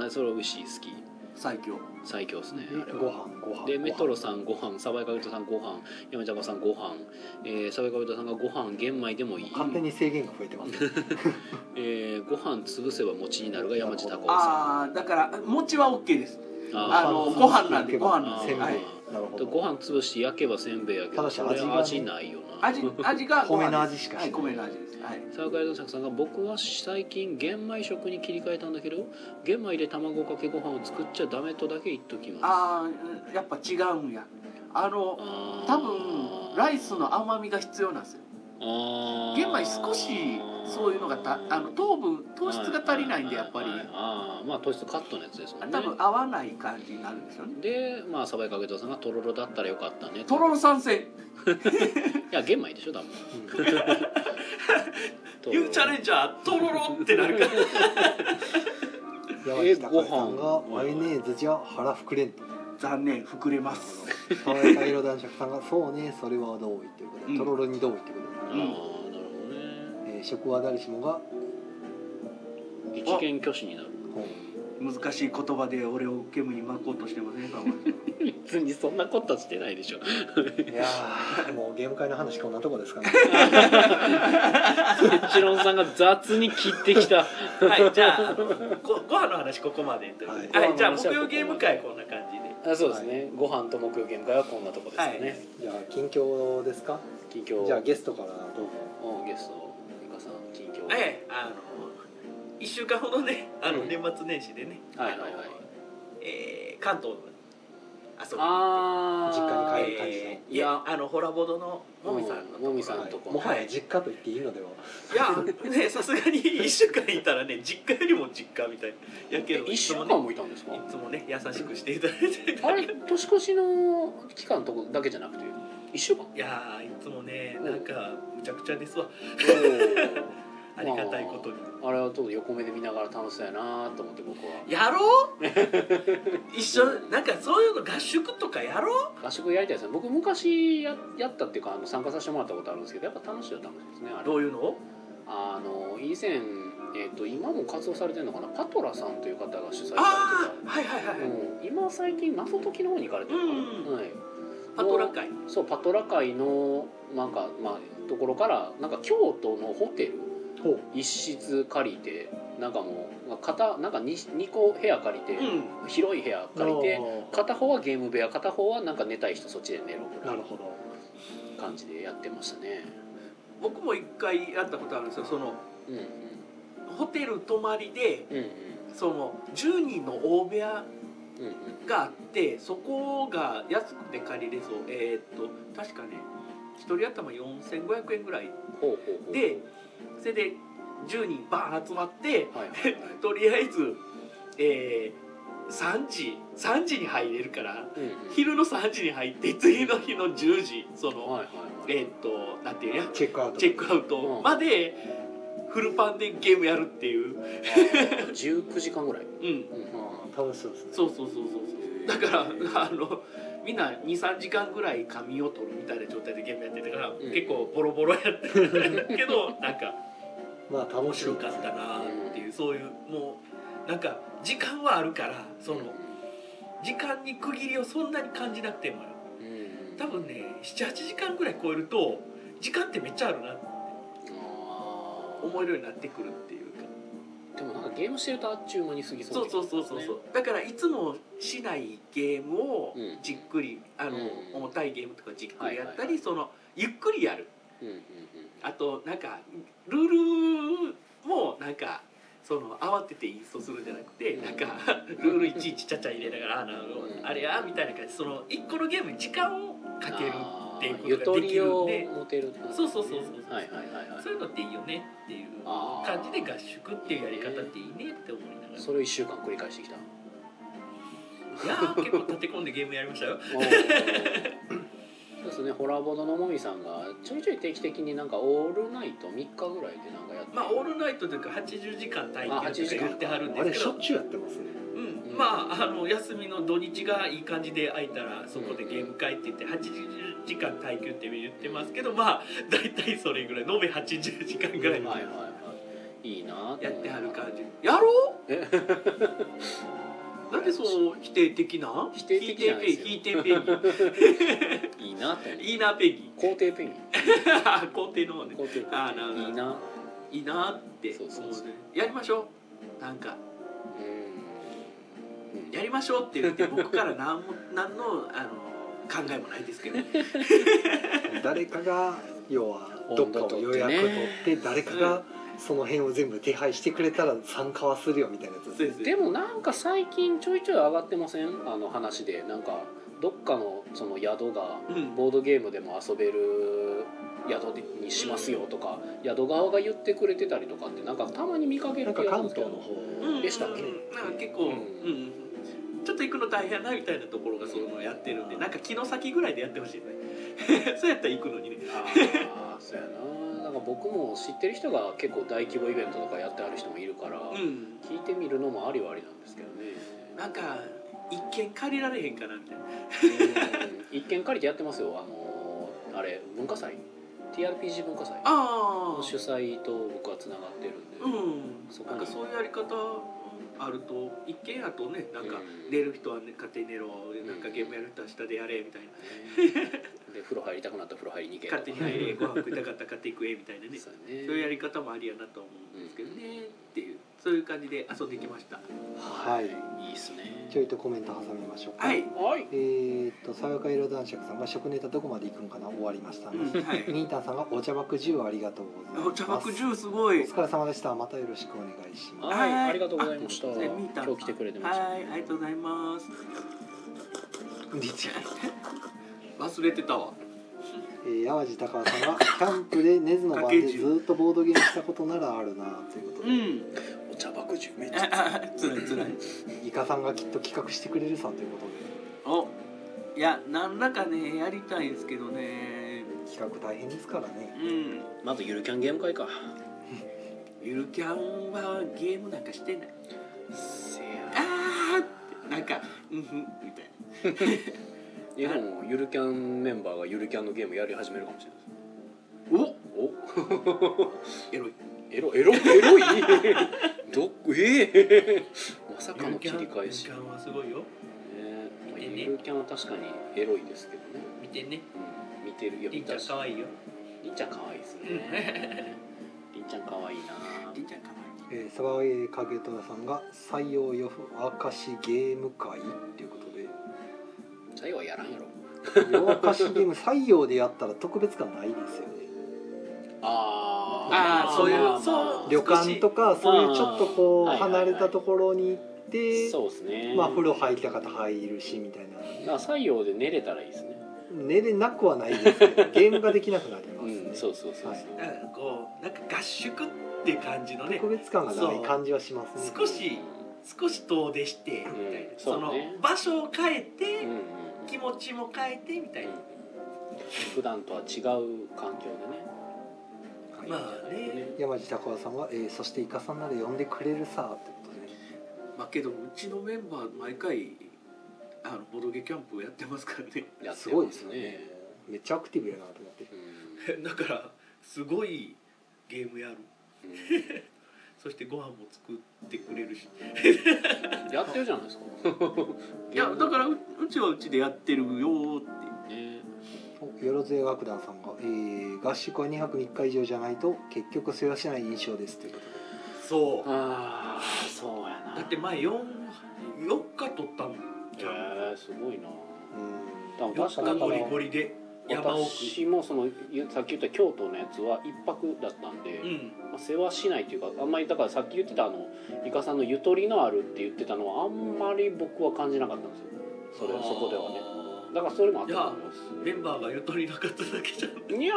いあそれは美味しい好き最強最強ですねあれはご飯ご飯でメトロさんご飯サバイカウトさんご飯山ちゃんさんご飯、えー、サバイカウトさんがご飯玄米でもいい、勝手に制限が増えてますねえー、ご飯潰せば餅になるが山地孝夫さんああだから餅は OK ですああのご飯ご飯なんでご飯なんあでーはいあなるほごど飯潰して焼けばせんべいやけたどだしそれ味がね味ないよな味味 がご飯米ので味すしかはしいない、米の味ですはいサーカイの作さんが僕は最近玄米食に切り替えたんだけど玄米で卵かけご飯を作っちゃダメとだけ言っときますああやっぱ違うんやあのあー多分ライスの甘みが必要なんですよあー玄米少しそういうのがたあの糖分糖質が足りないんでやっぱりはいはいはいあーまあ糖質カットのやつですもんね多分合わない感じになるんですよねでまあサバイカゲトさんがとろろだったらよかったねととろろ参戦いや玄米でしょ多分とろろンジャーとろろってなる から山え口孝之さんごが飯マヨネーズじゃ腹膨 れんと残念膨れます爽やか色男爵さんが「そうねそれは同意」ということうんでとろろに同意というこあとでうーんなるほどねえー食は誰しもが一見拒否になるほう難しい言葉で俺を煙に巻こうとしてませんか別にそんなことはしてないでしょ いやーもうゲーム会の話こんなとこです かねエチロンさんが雑に切って きたはい、じゃあ、あのごご飯の話ここまでということで。はいはい、じゃあ、木曜ゲーム会こんな感じで。あそうですね、ご飯と木曜ゲーム会はこんなとこですかね、はじいゃあ近況ですか近況じゃあゲストからどうぞうんゲストゆかさん近況ええ、あの、一週間ほどね、あの、うん年末年始でね、はいはいはいえー関東の遊びに行っあ実家に帰るて感じのえーいいやや、あの、ホラボドのもみさんのところ。もみさんはいとこもはや実家と言っていいのではいや、ね、さすがに一週間いたらね、実家よりも実家みたいな。やけど、えい一つ週も間ね、もいたんですかいつもね、優しくしていただいて。あれ年越しの期間とこだけじゃなくて一週間いやー、いつもね、なんか、むちゃくちゃですわ。ありがたいことに。あれはちょっと横目で見ながら楽しそうやなと思って僕はやろう一緒なんかそういうの合宿とかやろ合宿やりたいですね僕昔ややったっていうかあの参加させてもらったことあるんですけどやっぱ楽しいは楽しいですねあうれどういうのあの以前、えっと今も活動されてるのかなパトラさんという方が主催されてたああはいはいはいはい、うん、今最近謎解きの方に行かれてるのかな、うんうんはい、パトラ会そうパトラ会のなんか、まあ、ところからなんか京都のホテルほう一室借りてなんかもう片なんか 2, 二個部屋借りて、うん広い部屋借りてあ片方はゲーム部屋片方はなんか寝たい人そっちで寝ろーぐらないるなほど感じでやってましたね僕も一回やったことあるんですよそのうんうんホテル泊まりでうんうんその10人の大部屋うんがあってそこが安くて借りれそうえーっと確かね1人頭4500円ぐらいうんほうほうほうでそれで10人バーン集まってはいはいはい、とりあえず、えー3時3時に入れるからうんうん、昼の3時に入って次の日の10時その、はいはいえはいーっとなんていうのやチェックアウト チェックアウトまでフルパンでゲームやるっていう、 19時間ぐらい、うん、うんうん楽しそうですねそうそうそうそうだからあのみんな23時間ぐらい髪を取るみたいな状態でゲームやってたから、ん結構ボロボロやってるけどなんか まあ楽面しい白でかすっねたなっていうそういうもうなんか時間はあるからその。時間に区切りをそんなに感じなくてもようんうん、多分ね78時間ぐらい超えると時間ってめっちゃあるなってあー思えるようになってくるっていうかでもなんかゲームしてるとあっちゅう間に過ぎそうそううそうそうそうそうだからいつもしないゲームをうんじっくりあの、うん重たいゲームとかじっくりやったり、はいはいはいそのゆっくりやるうんうんうんあとなんかルールもなんかその慌ててインストするんじゃなくて、うんなんかルールいちいちちゃちゃ入れながらあなうんあれやみたいな感じその一個のゲームに時間をかけるあってーいうゆこととができりるんをで持てるってことそうそうそうそうそうはいはいはいはいそういうのっていいよねっていう感じで合宿っていうやり方っていいねって思いながらそれを1週間繰り返してきたいやー結構立て込んでゲームやりましたよおーそうですねホラーボードのもみさんがちょいちょい定期的になんかオールナイト3日ぐらいでなんかやってまあオールナイトというか80時間体験とあか80時間言ってはるんあでれすけしょどっちゅうやってますねうん、まああの休みの土日がいい感じで空いたらそこでゲーム会って言って80時間耐久って言ってますけどまあ大体それぐらい延べ80時間ぐらいはいはいはいいいなと思やってはる感じやろう なんでそう否定的な否定的じゃないですよ否定ペギ否定ペいいなと思ギいいなペギう肯定ペンギン 肯定の方ね肯定ペンギンあーなるほどいいないいなって思うねそうそうそうやりましょうなんかうんやりましょうって言って僕から何も何のあの考えもないですけど 誰かが要はどっかを予約取って誰かがその辺を全部手配してくれたら参加はするよみたいなやつそうですでもなんか最近ちょいちょい上がってませんあの話でなんかどっかのその宿がうんボードゲームでも遊べる宿にしますよとか宿側が言ってくれてたりとかってなんかたまに見かけるなんか気がするん関ですけど東の方うんでしたっけうんなんか結構、ううんんちょっと行くの大変やなみたいなところがそのやってるんでなんか木の先ぐらいでやってほしいですね そうやったら行くのにねああそうやななんか僕も知ってる人が結構大規模イベントとかやってある人もいるから、うん聞いてみるのもありはありなんですけ どねなんか一見借りられへんかなみたいなうん一見借りてやってますよあのーあれ文化祭 TRPG 文化祭あの主催と僕はつながってるんで、うんそこなにんかそういうやり方あると一見やとねなんかうん寝る人は、ね、勝手に寝ろなんかゲームやる人は下でやれみたいなで風呂入りたくなったら風呂入りに行けとか勝手に入れご飯食いたかったら買っていくえみたいなねそそうやうねいうやり方もありやなと思うんですけどねっていうそういう感じで遊んできましたはいいいっすねちょいとコメント挟みましょうか、はいはいえーっとさやか色男爵さんが食ネタどこまで行くのかな終わりましたうんはいニータンさんがお茶爆10ありがとうございますお茶爆10すごいお疲れ様でしたまたよろしくお願いしますはいはいありがとうございましたあ今ねみーたんさん日来てくれてましたはいありがとうございますリチ忘れてたわえー、淡路高尾さんがキャンプで根津の番でずーっとボードゲームしたことならあるなということうで、んお茶爆汁めっちあああつらいつらいイカさんがきっと企画してくれるさということでおいや何らかねやりたいんですけどね企画大変ですからねうんまずゆるキャンゲーム会かゆるキャンはゲームなんかしてないせやああなんかうんふんみたいないやでもゆるキャンメンバーがゆるキャンのゲームやり始めるかもしれないおおエロいエロエロエロい どっええ まさかの切キャンり返しユルキャンはすごいよねまあ見てねゆるキャンは確かにエロいですけどね、見てねうん、見てるより見んちゃたんし可愛いよりんちゃん可愛いですねりんちゃん可愛いなりんちゃんかわいえーサバエカゲトラさんが採用よふ明石ゲーム会ということで最後はやらんやろ夜明かしゲーム採用でやったら特別感ないですよね ああーそういうまあそう旅館とかそういうちょっとこあーはういはいは離いれたところに行ってそうですねまあ風呂入りたかったら入るしみたいなだから採用で寝れたらいいですね寝れなくはないですけどゲームができなくなりますね、うんそうそうそうそう、はいなんかこうなんか合宿って感じのね特別感がない感じはしますね少し少し遠出してみたいな、うんそそうのね場所を変えうて、んうん気持ちも変えてみたいな、普段とは違う環境でね。はいまあね山地拓郎さんは、えーそしてイカさんなら呼んでくれるさ」ってことでまあけどうちのメンバー毎回あのボドゲキャンプをやってますからねやってますごいですよね。めっちゃアクティブやなと思ってう だからすごいゲームやるんそしてご飯も作ってくれるしうんやってるじゃないですか。いやだからううちはうちでやってるよーってねおよろずや楽団さんが、えー合宿は2泊3日以上じゃないと結局世話しない印象です」ということでそうああそうやな。だって前 4, 4日取ったもんキャンえーすごいな。うん多分確か4日にゴリゴリで山奥私もそのさっき言った京都のやつは一泊だったんで、うんまあ、世話しないというかあんまりだからさっき言ってたあのイカさんのゆとりのあるって言ってたのはあんまり僕は感じなかったんですよそれそこではねだからそれもあったと思いますメンバーがゆとりなかっただけじゃんいや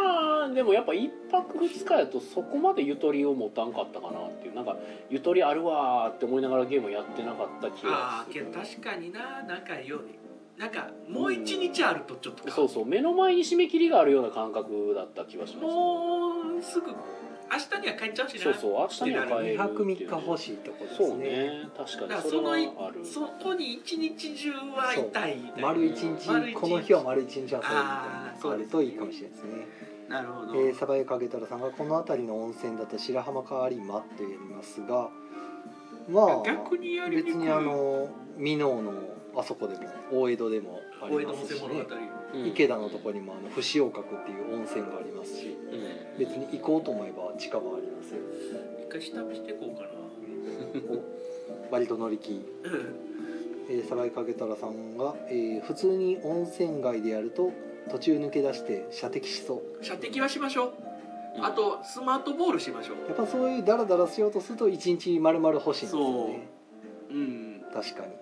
ーでもやっぱ一泊二日やとそこまでゆとりを持たんかったかなっていうなんかゆとりあるわーって思いながらゲームやってなかった気がああすけるど確かにななんかようねなんかもう一日あるとちょっと変わるそうそう目の前に締め切りがあるような感覚だった気がしますもうすぐ明日には帰っちゃうしなそうそう明日には帰る2泊3日欲欲ししいとこですそうねね確だかからにそそのれいはあるそこに一日中は痛い痛い丸一日この日は丸一日遊ぶみたいなあーのそがあうるですといいかもしれないですねなるほど、えー、サバエカゲタラさんがこの辺りの温泉だと白浜か有馬って言いますがまあ逆にやりにくい別にあの箕面のあそこでも大江戸でもあ大江り戸ます温し、泉物ね語、うん池田のとこにもあの伏岡区っていう温泉がありますしうん別に行こうと思えば近場ありますよ一回下見していこうかな割と乗り気うんえー、サライかけたらさんが、えー普通に温泉街でやると途中抜け出して射的しそう射的はしましょう、うんあとスマートボールしましょうやっぱそういうダラダラしようとすると一日丸々欲しいんですよねうん確かに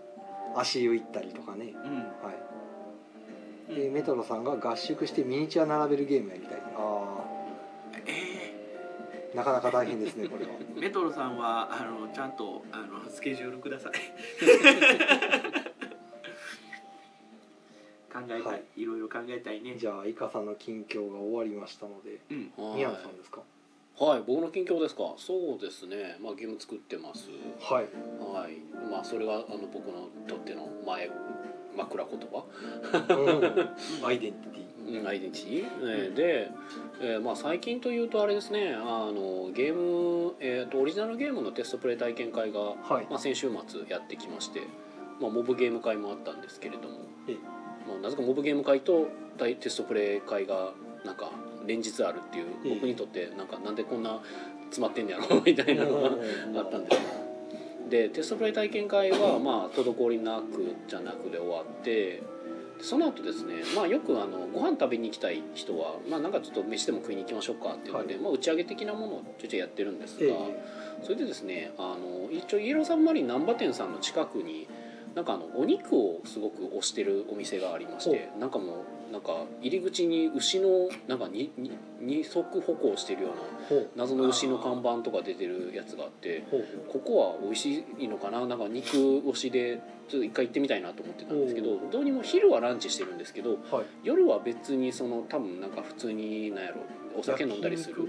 足湯行ったりとかねうんはい、うんでメトロさんが合宿してミニチュア並べるゲームやりたいあえあなかなか大変ですねこれはーメトロさんはあのちゃんとあのスケジュールください 考えたい、はいい、ろいろ考えたいねじゃあイカさんの近況が終わりましたのでうんはい宮野さんですかはい僕の近況ですかそうですねまあゲーム作ってますはいはいまあそれはあの僕のとっての前枕言葉アイデンティテうんアイデンティティ、えーで、えーまあ、最近というとあれですねあのゲーム、えーとオリジナルゲームのテストプレイ体験会が、ィはいまあ、先週末やってきまして、まあ、モブゲーム会もあったんですけれどもええ、まあ、なぜかモブゲーム会と大テストプレイ会がなんか連日あるっていうええ僕にとってなんかなんでこんな詰まってんねやろ みたいなのがあったんですよでテストプレイ体験会はまあ滞りなくじゃなくで終わってでその後ですね、まあ、よくあのご飯食べに行きたい人は、まあ、なんかちょっと飯でも食いに行きましょうかっていうので、まあ、打ち上げ的なものをちょいちょいやってるんですえが、えそれでですねあの一応イエローサンマリン難波店さんの近くになんかあのお肉をすごく推してるお店がありましてなんかもうなんか入り口に牛のなんかにに二足歩行してるようなほう謎の牛の看板とか出てるやつがあってほうここは美味しいのかななんか肉推しでちょっと一回行ってみたいなと思ってたんですけどどうにも昼はランチしてるんですけどほうはい夜は別にその多分なんか普通になんやろお酒飲んだりする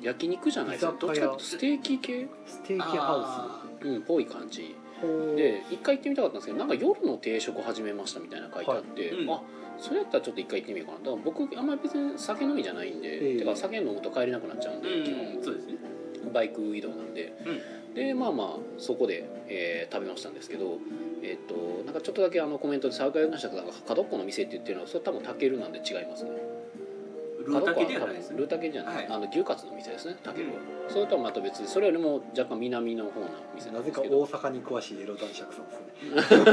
焼肉じゃないですよど居酒屋っちかというとステーキ系ステーキハウうんぽい感じウスほうで一回行ってみたかったんですけどなんか夜の定食始めましたみたいな書いてあって、はいうんあそれやったらちょっと一回行ってみようかなだから僕あんまり別に酒飲みじゃないんで、ええてか酒飲むと帰れなくなっちゃうんで、基うんそうですね本バイク移動なんで、でまあまあそこで、えー食べましたんですけどえっ、となんかちょっとだけあのコメントで「沢倉容疑者が角っこの店」って言ってるのはそれ多分タケルなんで違いますねルータケではないですねルータケじゃない、はいあの牛カツの店ですねタケルは、それとはまた別にそれよりも若干南の方の店ななんぜでかすけど大阪に詳しいエロ男爵さんですねあ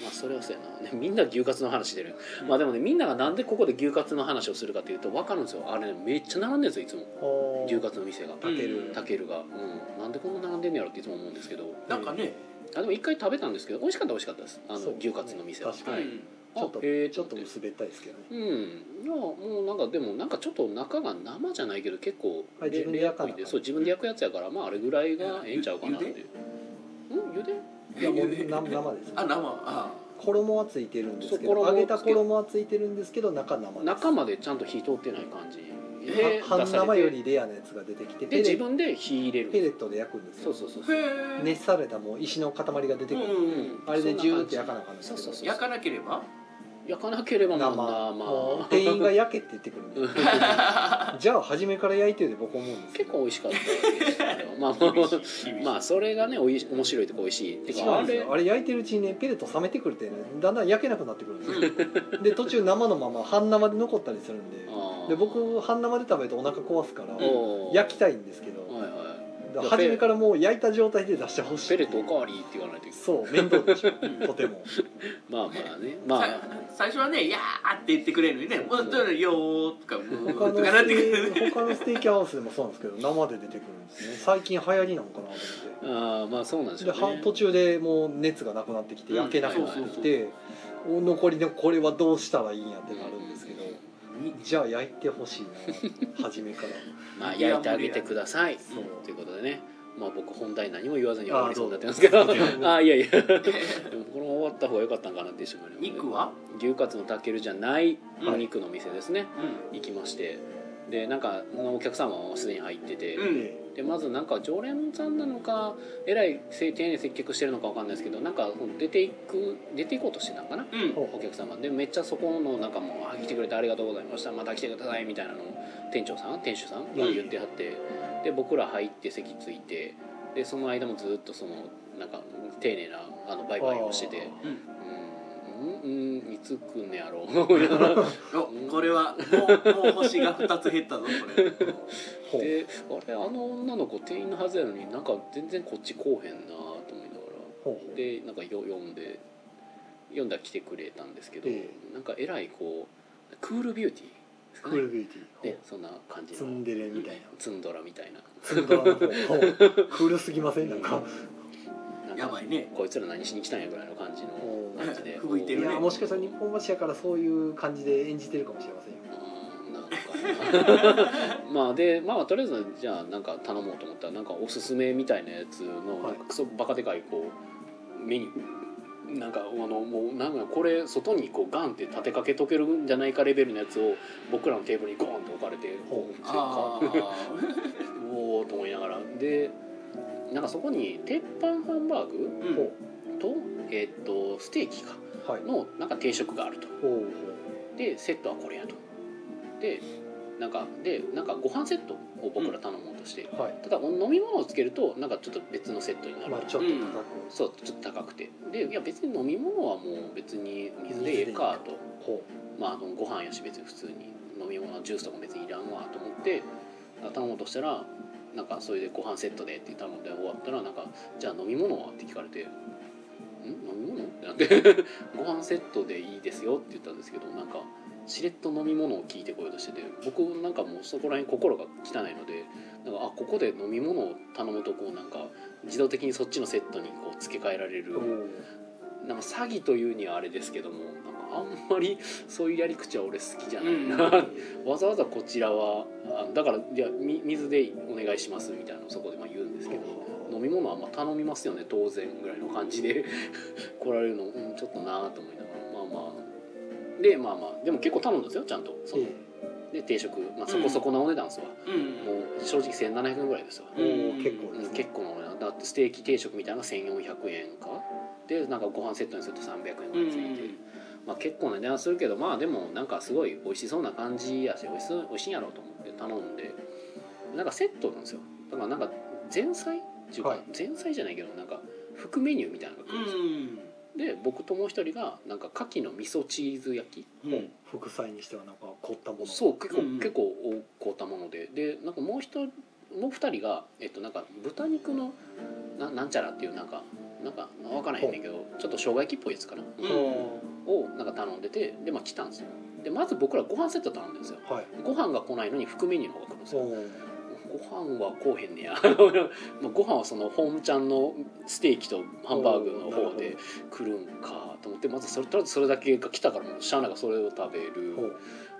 まあそれはそうやな、ね、みんな牛カツの話してる、まあでもねみんながなんでここで牛カツの話をするかっていうと分かるんですよあれねめっちゃ並んでるんですよいつも牛カツの店がタケルタケルが、うん、なんでこんな並んでんのやろっていつも思うんですけどなんかね、あでも一回食べたんですけど美味しかった美味しかったですあそのうですね牛カツの店は、確かはい、うんちょっとあへえちょっと思て滑ったいですけどねうんいやもうなんかでもなんかちょっと中が生じゃないけど結構あれ自分で焼かなレアっぽいんでそう自分で焼くやつやからまああれぐらいがええんちゃうかなってゆうんゆでいやもうな生ですあ生あ衣はついてるんですけどそう衣を揚げた衣はついてるんですけど中生です中までちゃんと火通ってない感じでで半出さ生よれてりレアなやつが出てきてでペレ自分で火入れペレるットで焼くんですそようそうそうへそうえ、熱されたもう石の塊が出てくうる、んううんんあれでジューっそんて焼なか感なあかんんでじそすけうそどうそう焼かなければ焼かなければまあ生、まあまもうあ店員が焼けって言ってくるんで じゃあ初めから焼いてるで僕思うんですけ結ど構美味しかったですあれはまあまあまあ まあそれがねおいし面白いとか美味しいって違かうあんですれよあれ焼いてるうちにねペレット冷めてくるってねだんだん焼けなくなってくるんですよで途中生のまま半生で残ったりするんであーで僕半生で食べるとお腹壊すからおー焼きたいんですけど、はいはいだから初めからもう焼いた状態で出してほしいペレットおかわりって言わないといけないそう面倒でしょとてもまあまあねまあ最初はね「やー」って言ってくれるのにね「もうどれよー」とか「む他ー」のとステかなって くーるキ他のステーキハウスでもそうなんですけど生で出てくるんですね最近流行りなのかなと思っあーまあそうなんでてすでよ半ね途中でもう熱がなくなってきてうん焼けなくなってきてお残りのこれはどうしたらいいんやってなるんですけどじゃあ焼いてほしいな初 めからまあ焼いてあげてくださいそうということでねまあ僕本題何も言わずに終わりそうになってますけど あーいやいやでもこのまま終わった方が良かったんかなって一瞬思いました肉は牛カツのタケルじゃないうんお肉の店ですね、うん行きましてでなんかお客様はすでに入ってて、うんででまずなんか常連さんなのかえらい丁寧に接客してるのかわかんないですけどなんか出ていく出ていこうとしてたのかなうんほうおほ客様でめっちゃそこのなんかもう「あ来てくれてありがとうございましたまた来てください」みたいなのを店長さん店主さんが言ってはってで僕ら入って席ついてでその間もずっとそのなんか丁寧なあのバイバイをしててううーんうんうんいつ来んねやろう 思いながらおこれはもうもう星が2つ減ったぞこれほうであれあの女の子店員のはずやのになんか全然こっち来おへんなと思いながらほうほうでなんかよ読んで読んだら来てくれたんですけど、えなんかえらいこうクールビューティーですクかールねビューティーねそんな感じツのンデレみ たいなツンドラみたいなツンドラの方ほうクールすぎませんなんかなんやかばいねこいつら何しに来たんやぐらいの感じのほう感じで吹いいてるねやもしかしたら日本橋やからそういう感じで演じてるかもしれませんようんなんか まあでまあとりあえずじゃあなんか頼もうと思ったらなんかおすすめみたいなやつの、はいクソバカでかいこうメニューなんかあのもうなんかこれ外にこうガンって立てかけとけるんじゃないかレベルのやつを僕らのテーブルにゴーンと置かれてこうしてあーう おーと思いながらでなんかそこに鉄板ハンバーグうんほと,、えっとステーキかうはいのなんか定食があると。ほうほうでセットはこれやとでなんかでなんかご飯セットを僕ら頼もうとして、はいただお飲み物をつけるとなんかちょっと別のセットになる、まあちょっと高くそうちょっと高くてでいや別に飲み物はもう別に水でええかと、ほまあ、あのご飯やし別に普通に飲み物ジュースとか別にいらんわと思って頼もうとしたらなんかそれでご飯セットでって頼んで終わったらなんかじゃあ飲み物はって聞かれて。ん飲み物ってなって ご飯セットでいいですよって言ったんですけどなんかしれっと飲み物を聞いてこようとしてて僕なんかもうそこら辺心が汚いのでなんかあここで飲み物を頼むとこうなんか自動的にそっちのセットにこう付け替えられるうほうなんか詐欺というにはあれですけどもなんかあんまりそういうやり口は俺好きじゃないな、 わざわざこちらはあだからいやみ水でお願いしますみたいなのをそこでまあ言うんですけど飲み物はまあ頼みますよね当然ぐらいの感じで 来られるの、うん、ちょっとなあと思いながらまあまあでまあまあでも結構頼んだんですよちゃんとそのえで定食、まあ、そこそこなお値段ですわ、うんもう正直1700円ぐらいですわえおー結構うでんすね結構なお値段だってステーキ定食みたいなのが1400円かでなんかご飯セットにすると300円ぐらいついて、まあ、結構な値段するけどまあでもなんかすごい美味しそうな感じやし美味しそう美味しいんやろうと思って頼んでなんかセットなんですよだからなんか前菜っていうか、はい前菜じゃないけどなんか副メニューみたいなのが来るんですよ、で僕ともう一人がなんか牡蠣の味噌チーズ焼きうん副菜にしてはなんか凝ったものそう結構、うんうん結構凍ったものででなんかもう一人もう二人が、えっと、なんか豚肉のななんちゃらっていうなんかなんか分からへんねんけどちょっと生姜焼きっぽいやつかな、うんをなんか頼んでてでまあ来たんですよでまず僕らご飯セット頼んでるんですよはいご飯が来ないのに副メニューの方が来るんですよおーご飯は来おへんねや まあご飯はそのホームちゃんのステーキとハンバーグのおーなるほ方どで来るんかと思ってまずそれとりあえずそれだけが来たからもうシャアナがそれを食べるほう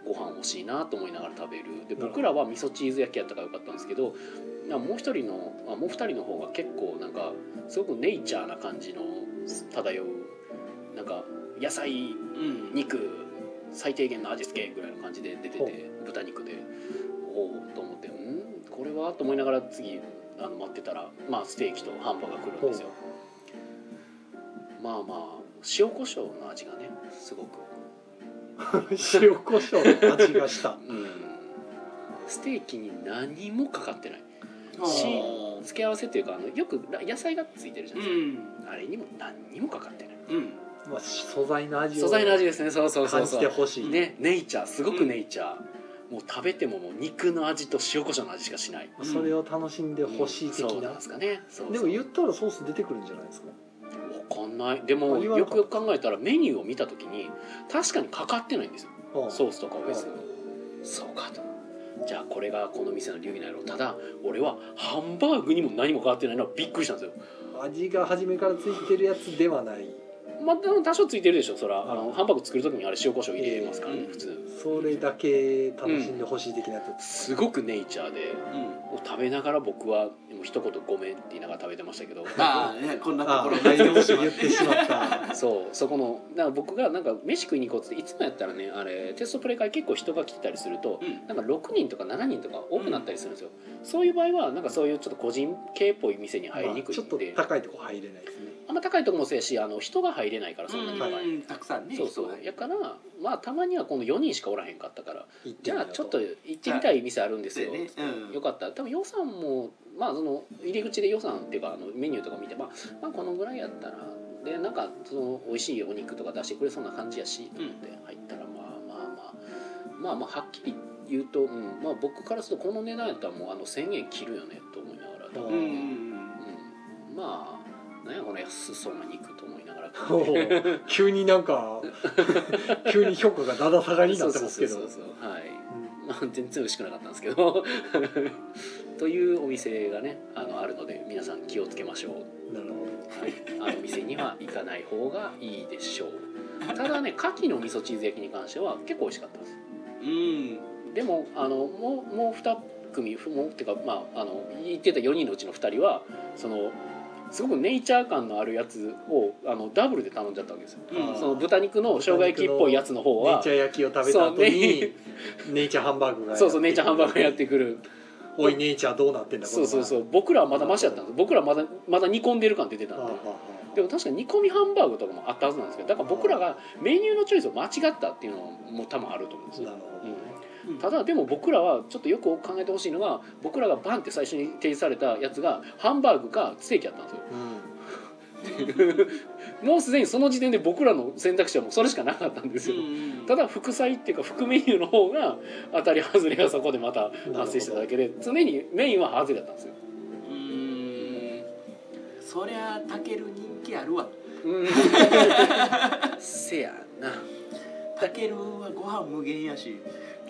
ご飯欲しいなと思いながら食べるでなるほど僕らは味噌チーズ焼きやったからよかったんですけどなんかもう一人のあもう二人の方が結構なんかすごくネイチャーな感じの漂うなんか野菜肉最低限の味付けぐらいの感じで出てほうて豚肉でおおと思ってうんこれはと思いながら次あの待ってたら、まあ、ステーキとハンバーガー来るんですよまあまあ塩コショウの味がねすごく塩コショウの味がしたうんステーキに何もかかってないし付け合わせっていうかあのよくら野菜がついてるじゃうないですんか、あれにも何にもかかってないうんまあ素材の味を素材の味ですねそうそうそ感うじそてうほしいねネイチャーすごくネイチャー、もう食べてももう肉の味と塩コショウの味しかしないそれを楽しんでほしい的そうななんですかねそうそうでも言ったらソース出てくるんじゃないですかわかんないでもあ言わよなかくったよく考えたらメニューを見た時に確かにかかってないんですようんソースとかは別にそうかとじゃあこれがこの店の流儀なんやろうただ俺はハンバーグにも何も変わってないのはびっくりしたんですよ味が初めからついてるやつではないまあでも多少ついてるでしょそらあのハンバーグ作る時にあれ塩コショウ入れますからねうん普通それだけ楽しんでほしい的なやつ、すごくネイチャーでうんもう食べながら僕はもう一言「ごめん」って言いながら食べてましたけどああねこんなあところあ内容を言ってしまったそうそこのだから僕がなんか飯食いに行こうっていつもやったらねあれテストプレイ会結構人が来てたりすると、うんなんか6人とか7人とか多くなったりするんですよ、そういう場合はなんかそういうちょっと個人系っぽい店に入りにくいまあちょっとんで、あ、高いとこ入れないですねんま高いとこもそうやしあの人が入れないからそんなにいっぱい、うんたくさんねそうそうやからまあたまにはこの4人しかおらへんかったから行ってじみゃよあうちょっと行ってみたい店あるんですよ、ねうんよかった多分予算もまあその入り口で予算っていうかあのメニューとか見て、まあ、まあこのぐらいやったらでなんかその美味しいお肉とか出してくれそうな感じやしと思って入ったらまあまあまあまあまあはっきり言うと、うんまあ、僕からするとこの値段やったらもうあの1,000円切るよねと思いながら多う分、うんうんまあ何やこの安そうな肉と思いながらおー急にな んか急に評価がだだ下がりになってますけどそうそうそうそうはいまあ全然美味しくなかったんですけど というお店がねあのあるので皆さん気をつけましょう、うんなるほはい、あの店には行かない方がいいでしょうた だね牡蠣の味噌チーズ焼きに関しては結構美味しかったですうんでもあのもうもう2組もうってかまああの言ってた4人のうちの2人はそのすごくネイチャー感のあるやつをあのダブルで頼んじゃったわけですようんその豚肉の生姜焼きっぽいやつの方どネイはチャー焼きを食べた後そうにネイチャーハンバーグがそうそうネイチャーハンバーグがやっっててくるおいネイチャーどうなってんだそうそうそうう僕らはまだマシだったんです僕らはまだまだ煮込んでる感出てたあんあであでも確かに煮込みハンバーグとかもあったはずなんですけどだから僕らがメニューのチョイスを間違ったっていうのも多分あると思うんですあなよるほどうねんただでも僕らはちょっとよく考えてほしいのが僕らがバンって最初に提示されたやつがハンバーグかステーキやったんですようんもうすでにその時点で僕らの選択肢はもうそれしかなかったんですよ、うんただ副菜っていうか副メニューの方が当たり外れがそこでまた発生してただけで常にメインは外れだったんですようんそりゃたける人気あるわうん せやなたけるはご飯無限やし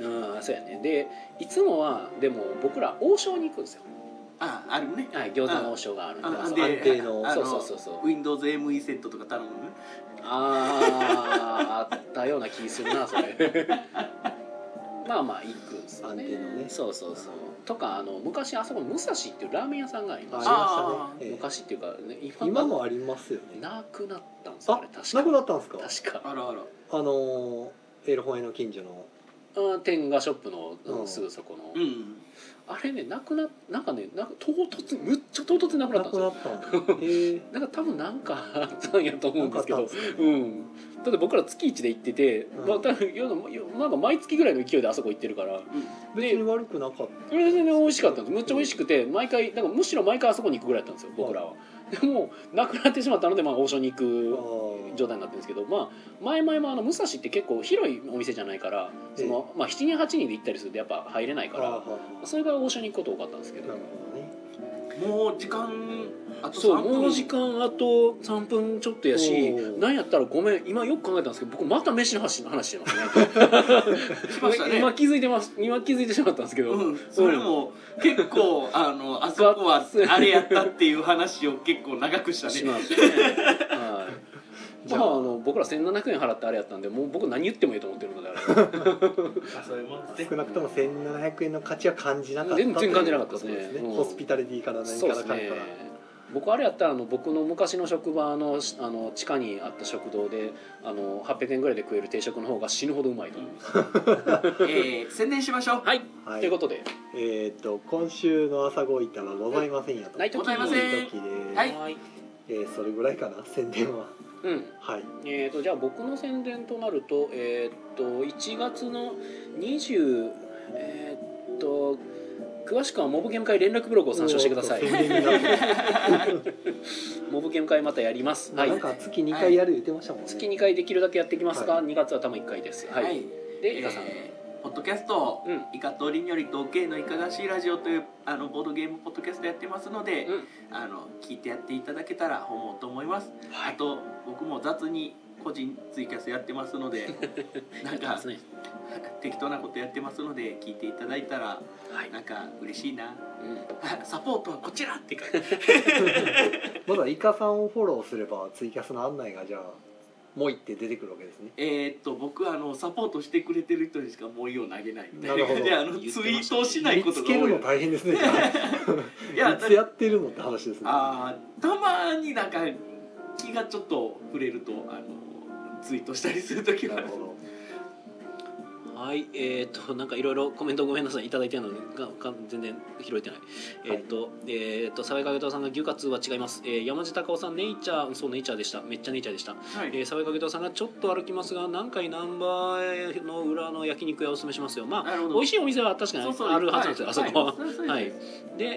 うんそうやねでいつもはでも僕ら王将に行くんですよああるねはい餃子の王将があるんであそうで安定のあそうそうそうそう Windows ME セットとか頼むねあーあったような気するなそれまあまあ行くんですよ安ね定のねそうそうそうとかあの昔あそこに武蔵っていうラーメン屋さんがありましたありましたねええ昔っていうか、ね、今もありますよねなくなったんですよああれ確かなくなったんですか確かあらあらあのーエルホンエの近所のうん天下ショップの、うんうんすぐそこの、うんあれねなくななんかねなんか唐突むっちゃ唐突になくなったんですなくよなったんですへえなんか多分なんかあったんやと思うなんですんかあっけたどんですようんだって僕ら月一で行ってて、うんまあ多分ようなんか毎月ぐらいの勢いであそこ行ってるから別に悪くなかっそれ全然美味しかったんですむっちゃ美味しくて毎回なんかむしろ毎回あそこに行くぐらいだったんですよ僕らはでもなくなってしまったのでまあ王将に行たくあ状態になってるんですけどまあ前々もあの武蔵って結構広いお店じゃないからその、まあ、7人8人で行ったりするとやっぱ入れないあからあそれから王将に行くこと多かったんですけなどるほどねもう時間あとそう3もう分時間あと3分ちょっとやしおーなんやったらごめん今よく考えたんですけど僕また飯の話話してますねしましたね今気づいてます今気づいてしまったんですけど、うん、それも結構あのあそこはあれやったっていう話を結構長くしたしねますねはいじまゃあああの僕ら1700円払ってあれやったんでもう僕何言ってもいいと思ってるのであそういうもんです少ねなくとも1700円の価値は感じなかった全然感じなかったですねということうんホスピタリティかられ何そかうでらかすんからね僕あれやったらあの僕の昔の職場のしあの地下にあった食堂であの800円ぐらいで食える定食の方が死ぬほどうまいと思います、えー、宣伝しましょうはい、はいということでえっ、と今週の朝ごいたはございませんやとナイトございまごせん時です、はいえーそれぐらいかな宣伝はうんはいえー、とじゃあ僕の宣伝となると,、えー、と1月の20えー、と詳しくはモブゲーム会連絡ブログを参照してくださいおーっと宣伝になってるモブゲーム会またやります、 はないん、か月2回やる言ってましたもんね、月2回できるだけやってきますが、2月は多分1回ですはい、でイカさん、えーポッドキャスト、うんイカとりによりと OK のいかがわしいラジオというあのボードゲームポッドキャストやってますので、うんあの聞いてやっていただけたら本望と思います、はいあと僕も雑に個人ツイキャスやってますのでなんかですね適当なことやってますので聞いていただいたらはい、なんか嬉しいな うあサポートはこちらって感じ まだイカさんをフォローすればツイキャスの案内がじゃあもう一って出てくるわけですねえーっと僕はあのサポートしてくれてる人にしかもういいを投げないみたいなるなほ感どじであのツイ言ってましーたトをしないこ見とつが多けいるの大変ですねじゃいやあいつやってるのって話ですねあーたまになんか気がちょっと触れるとあのツイートしたりする時がなあるるほどんはいえっ、と なんかいろいろコメントごめんなさいいただいてるのでがが全然拾えてない、えっ、とえっ、と沢井影太郎さんが牛カツは違います、えー山地隆夫さんネイチャーそうネイチャーでしためっちゃネイチャーでしたはいえー、沢井景堂さんがちょっと歩きますが何回何倍の裏の焼肉屋をおすすめしますよまあなるほど美味しいお店は確かにそうそうあるはずなんですよ、あそこは、いそうそうはいで、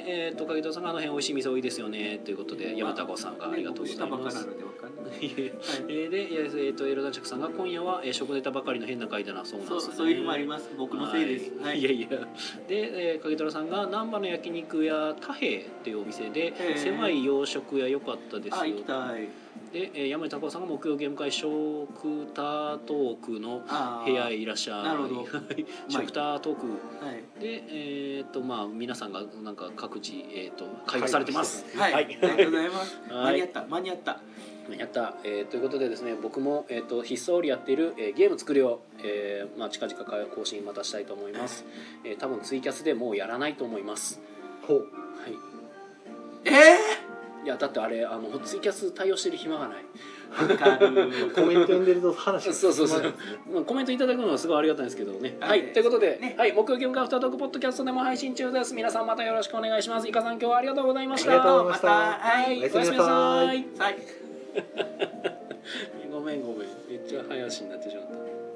えー、と景堂さんがあの辺美味しい店多いですよねということでまあ山田子さんがありがとうございねま僕す下ばっかなのでわかん えーで、えーえーとエルダンチャクさんが今夜は、えー食出たばかりの変な回だなそうなんそでうすねそういう日もあります僕のせいですは、はいいいやいやで、えー、影虎さんが難波の焼肉屋太平っていうお店でへー狭い洋食屋良かったですあ行よきたいで、えー、山井孝夫さんが木曜ゲーム会食タトークのあー部屋へいらっしゃいなるほど食タトークはいでえっとまあ皆さんがなんか各自、えー、と会話されてますはい、ありがとうございます。は間いに合った、間に合った。やった、えーということでですね僕も、えー、とひっそりやっている、えーゲーム作るよ、えーまあ、近々更新またしたいと思います、えー多分ツイキャスでもうやらないと思いますほうはいえいやだってあれあのツイキャス対応してる暇がないえー。わかる。コメント読んでると話がそうそうそう、まあ、コメントいただくのはすごいありがたいんですけどねはい、はいということで、ねはい木曜ゲームカフェトークポッドキャストでも配信中です皆さんまたよろしくお願いしますイカさん今日はありがとうございましたありがとうございまま、したたははいい。おやすみなさいはい。ごめんごめんめっちゃ早足になってしまった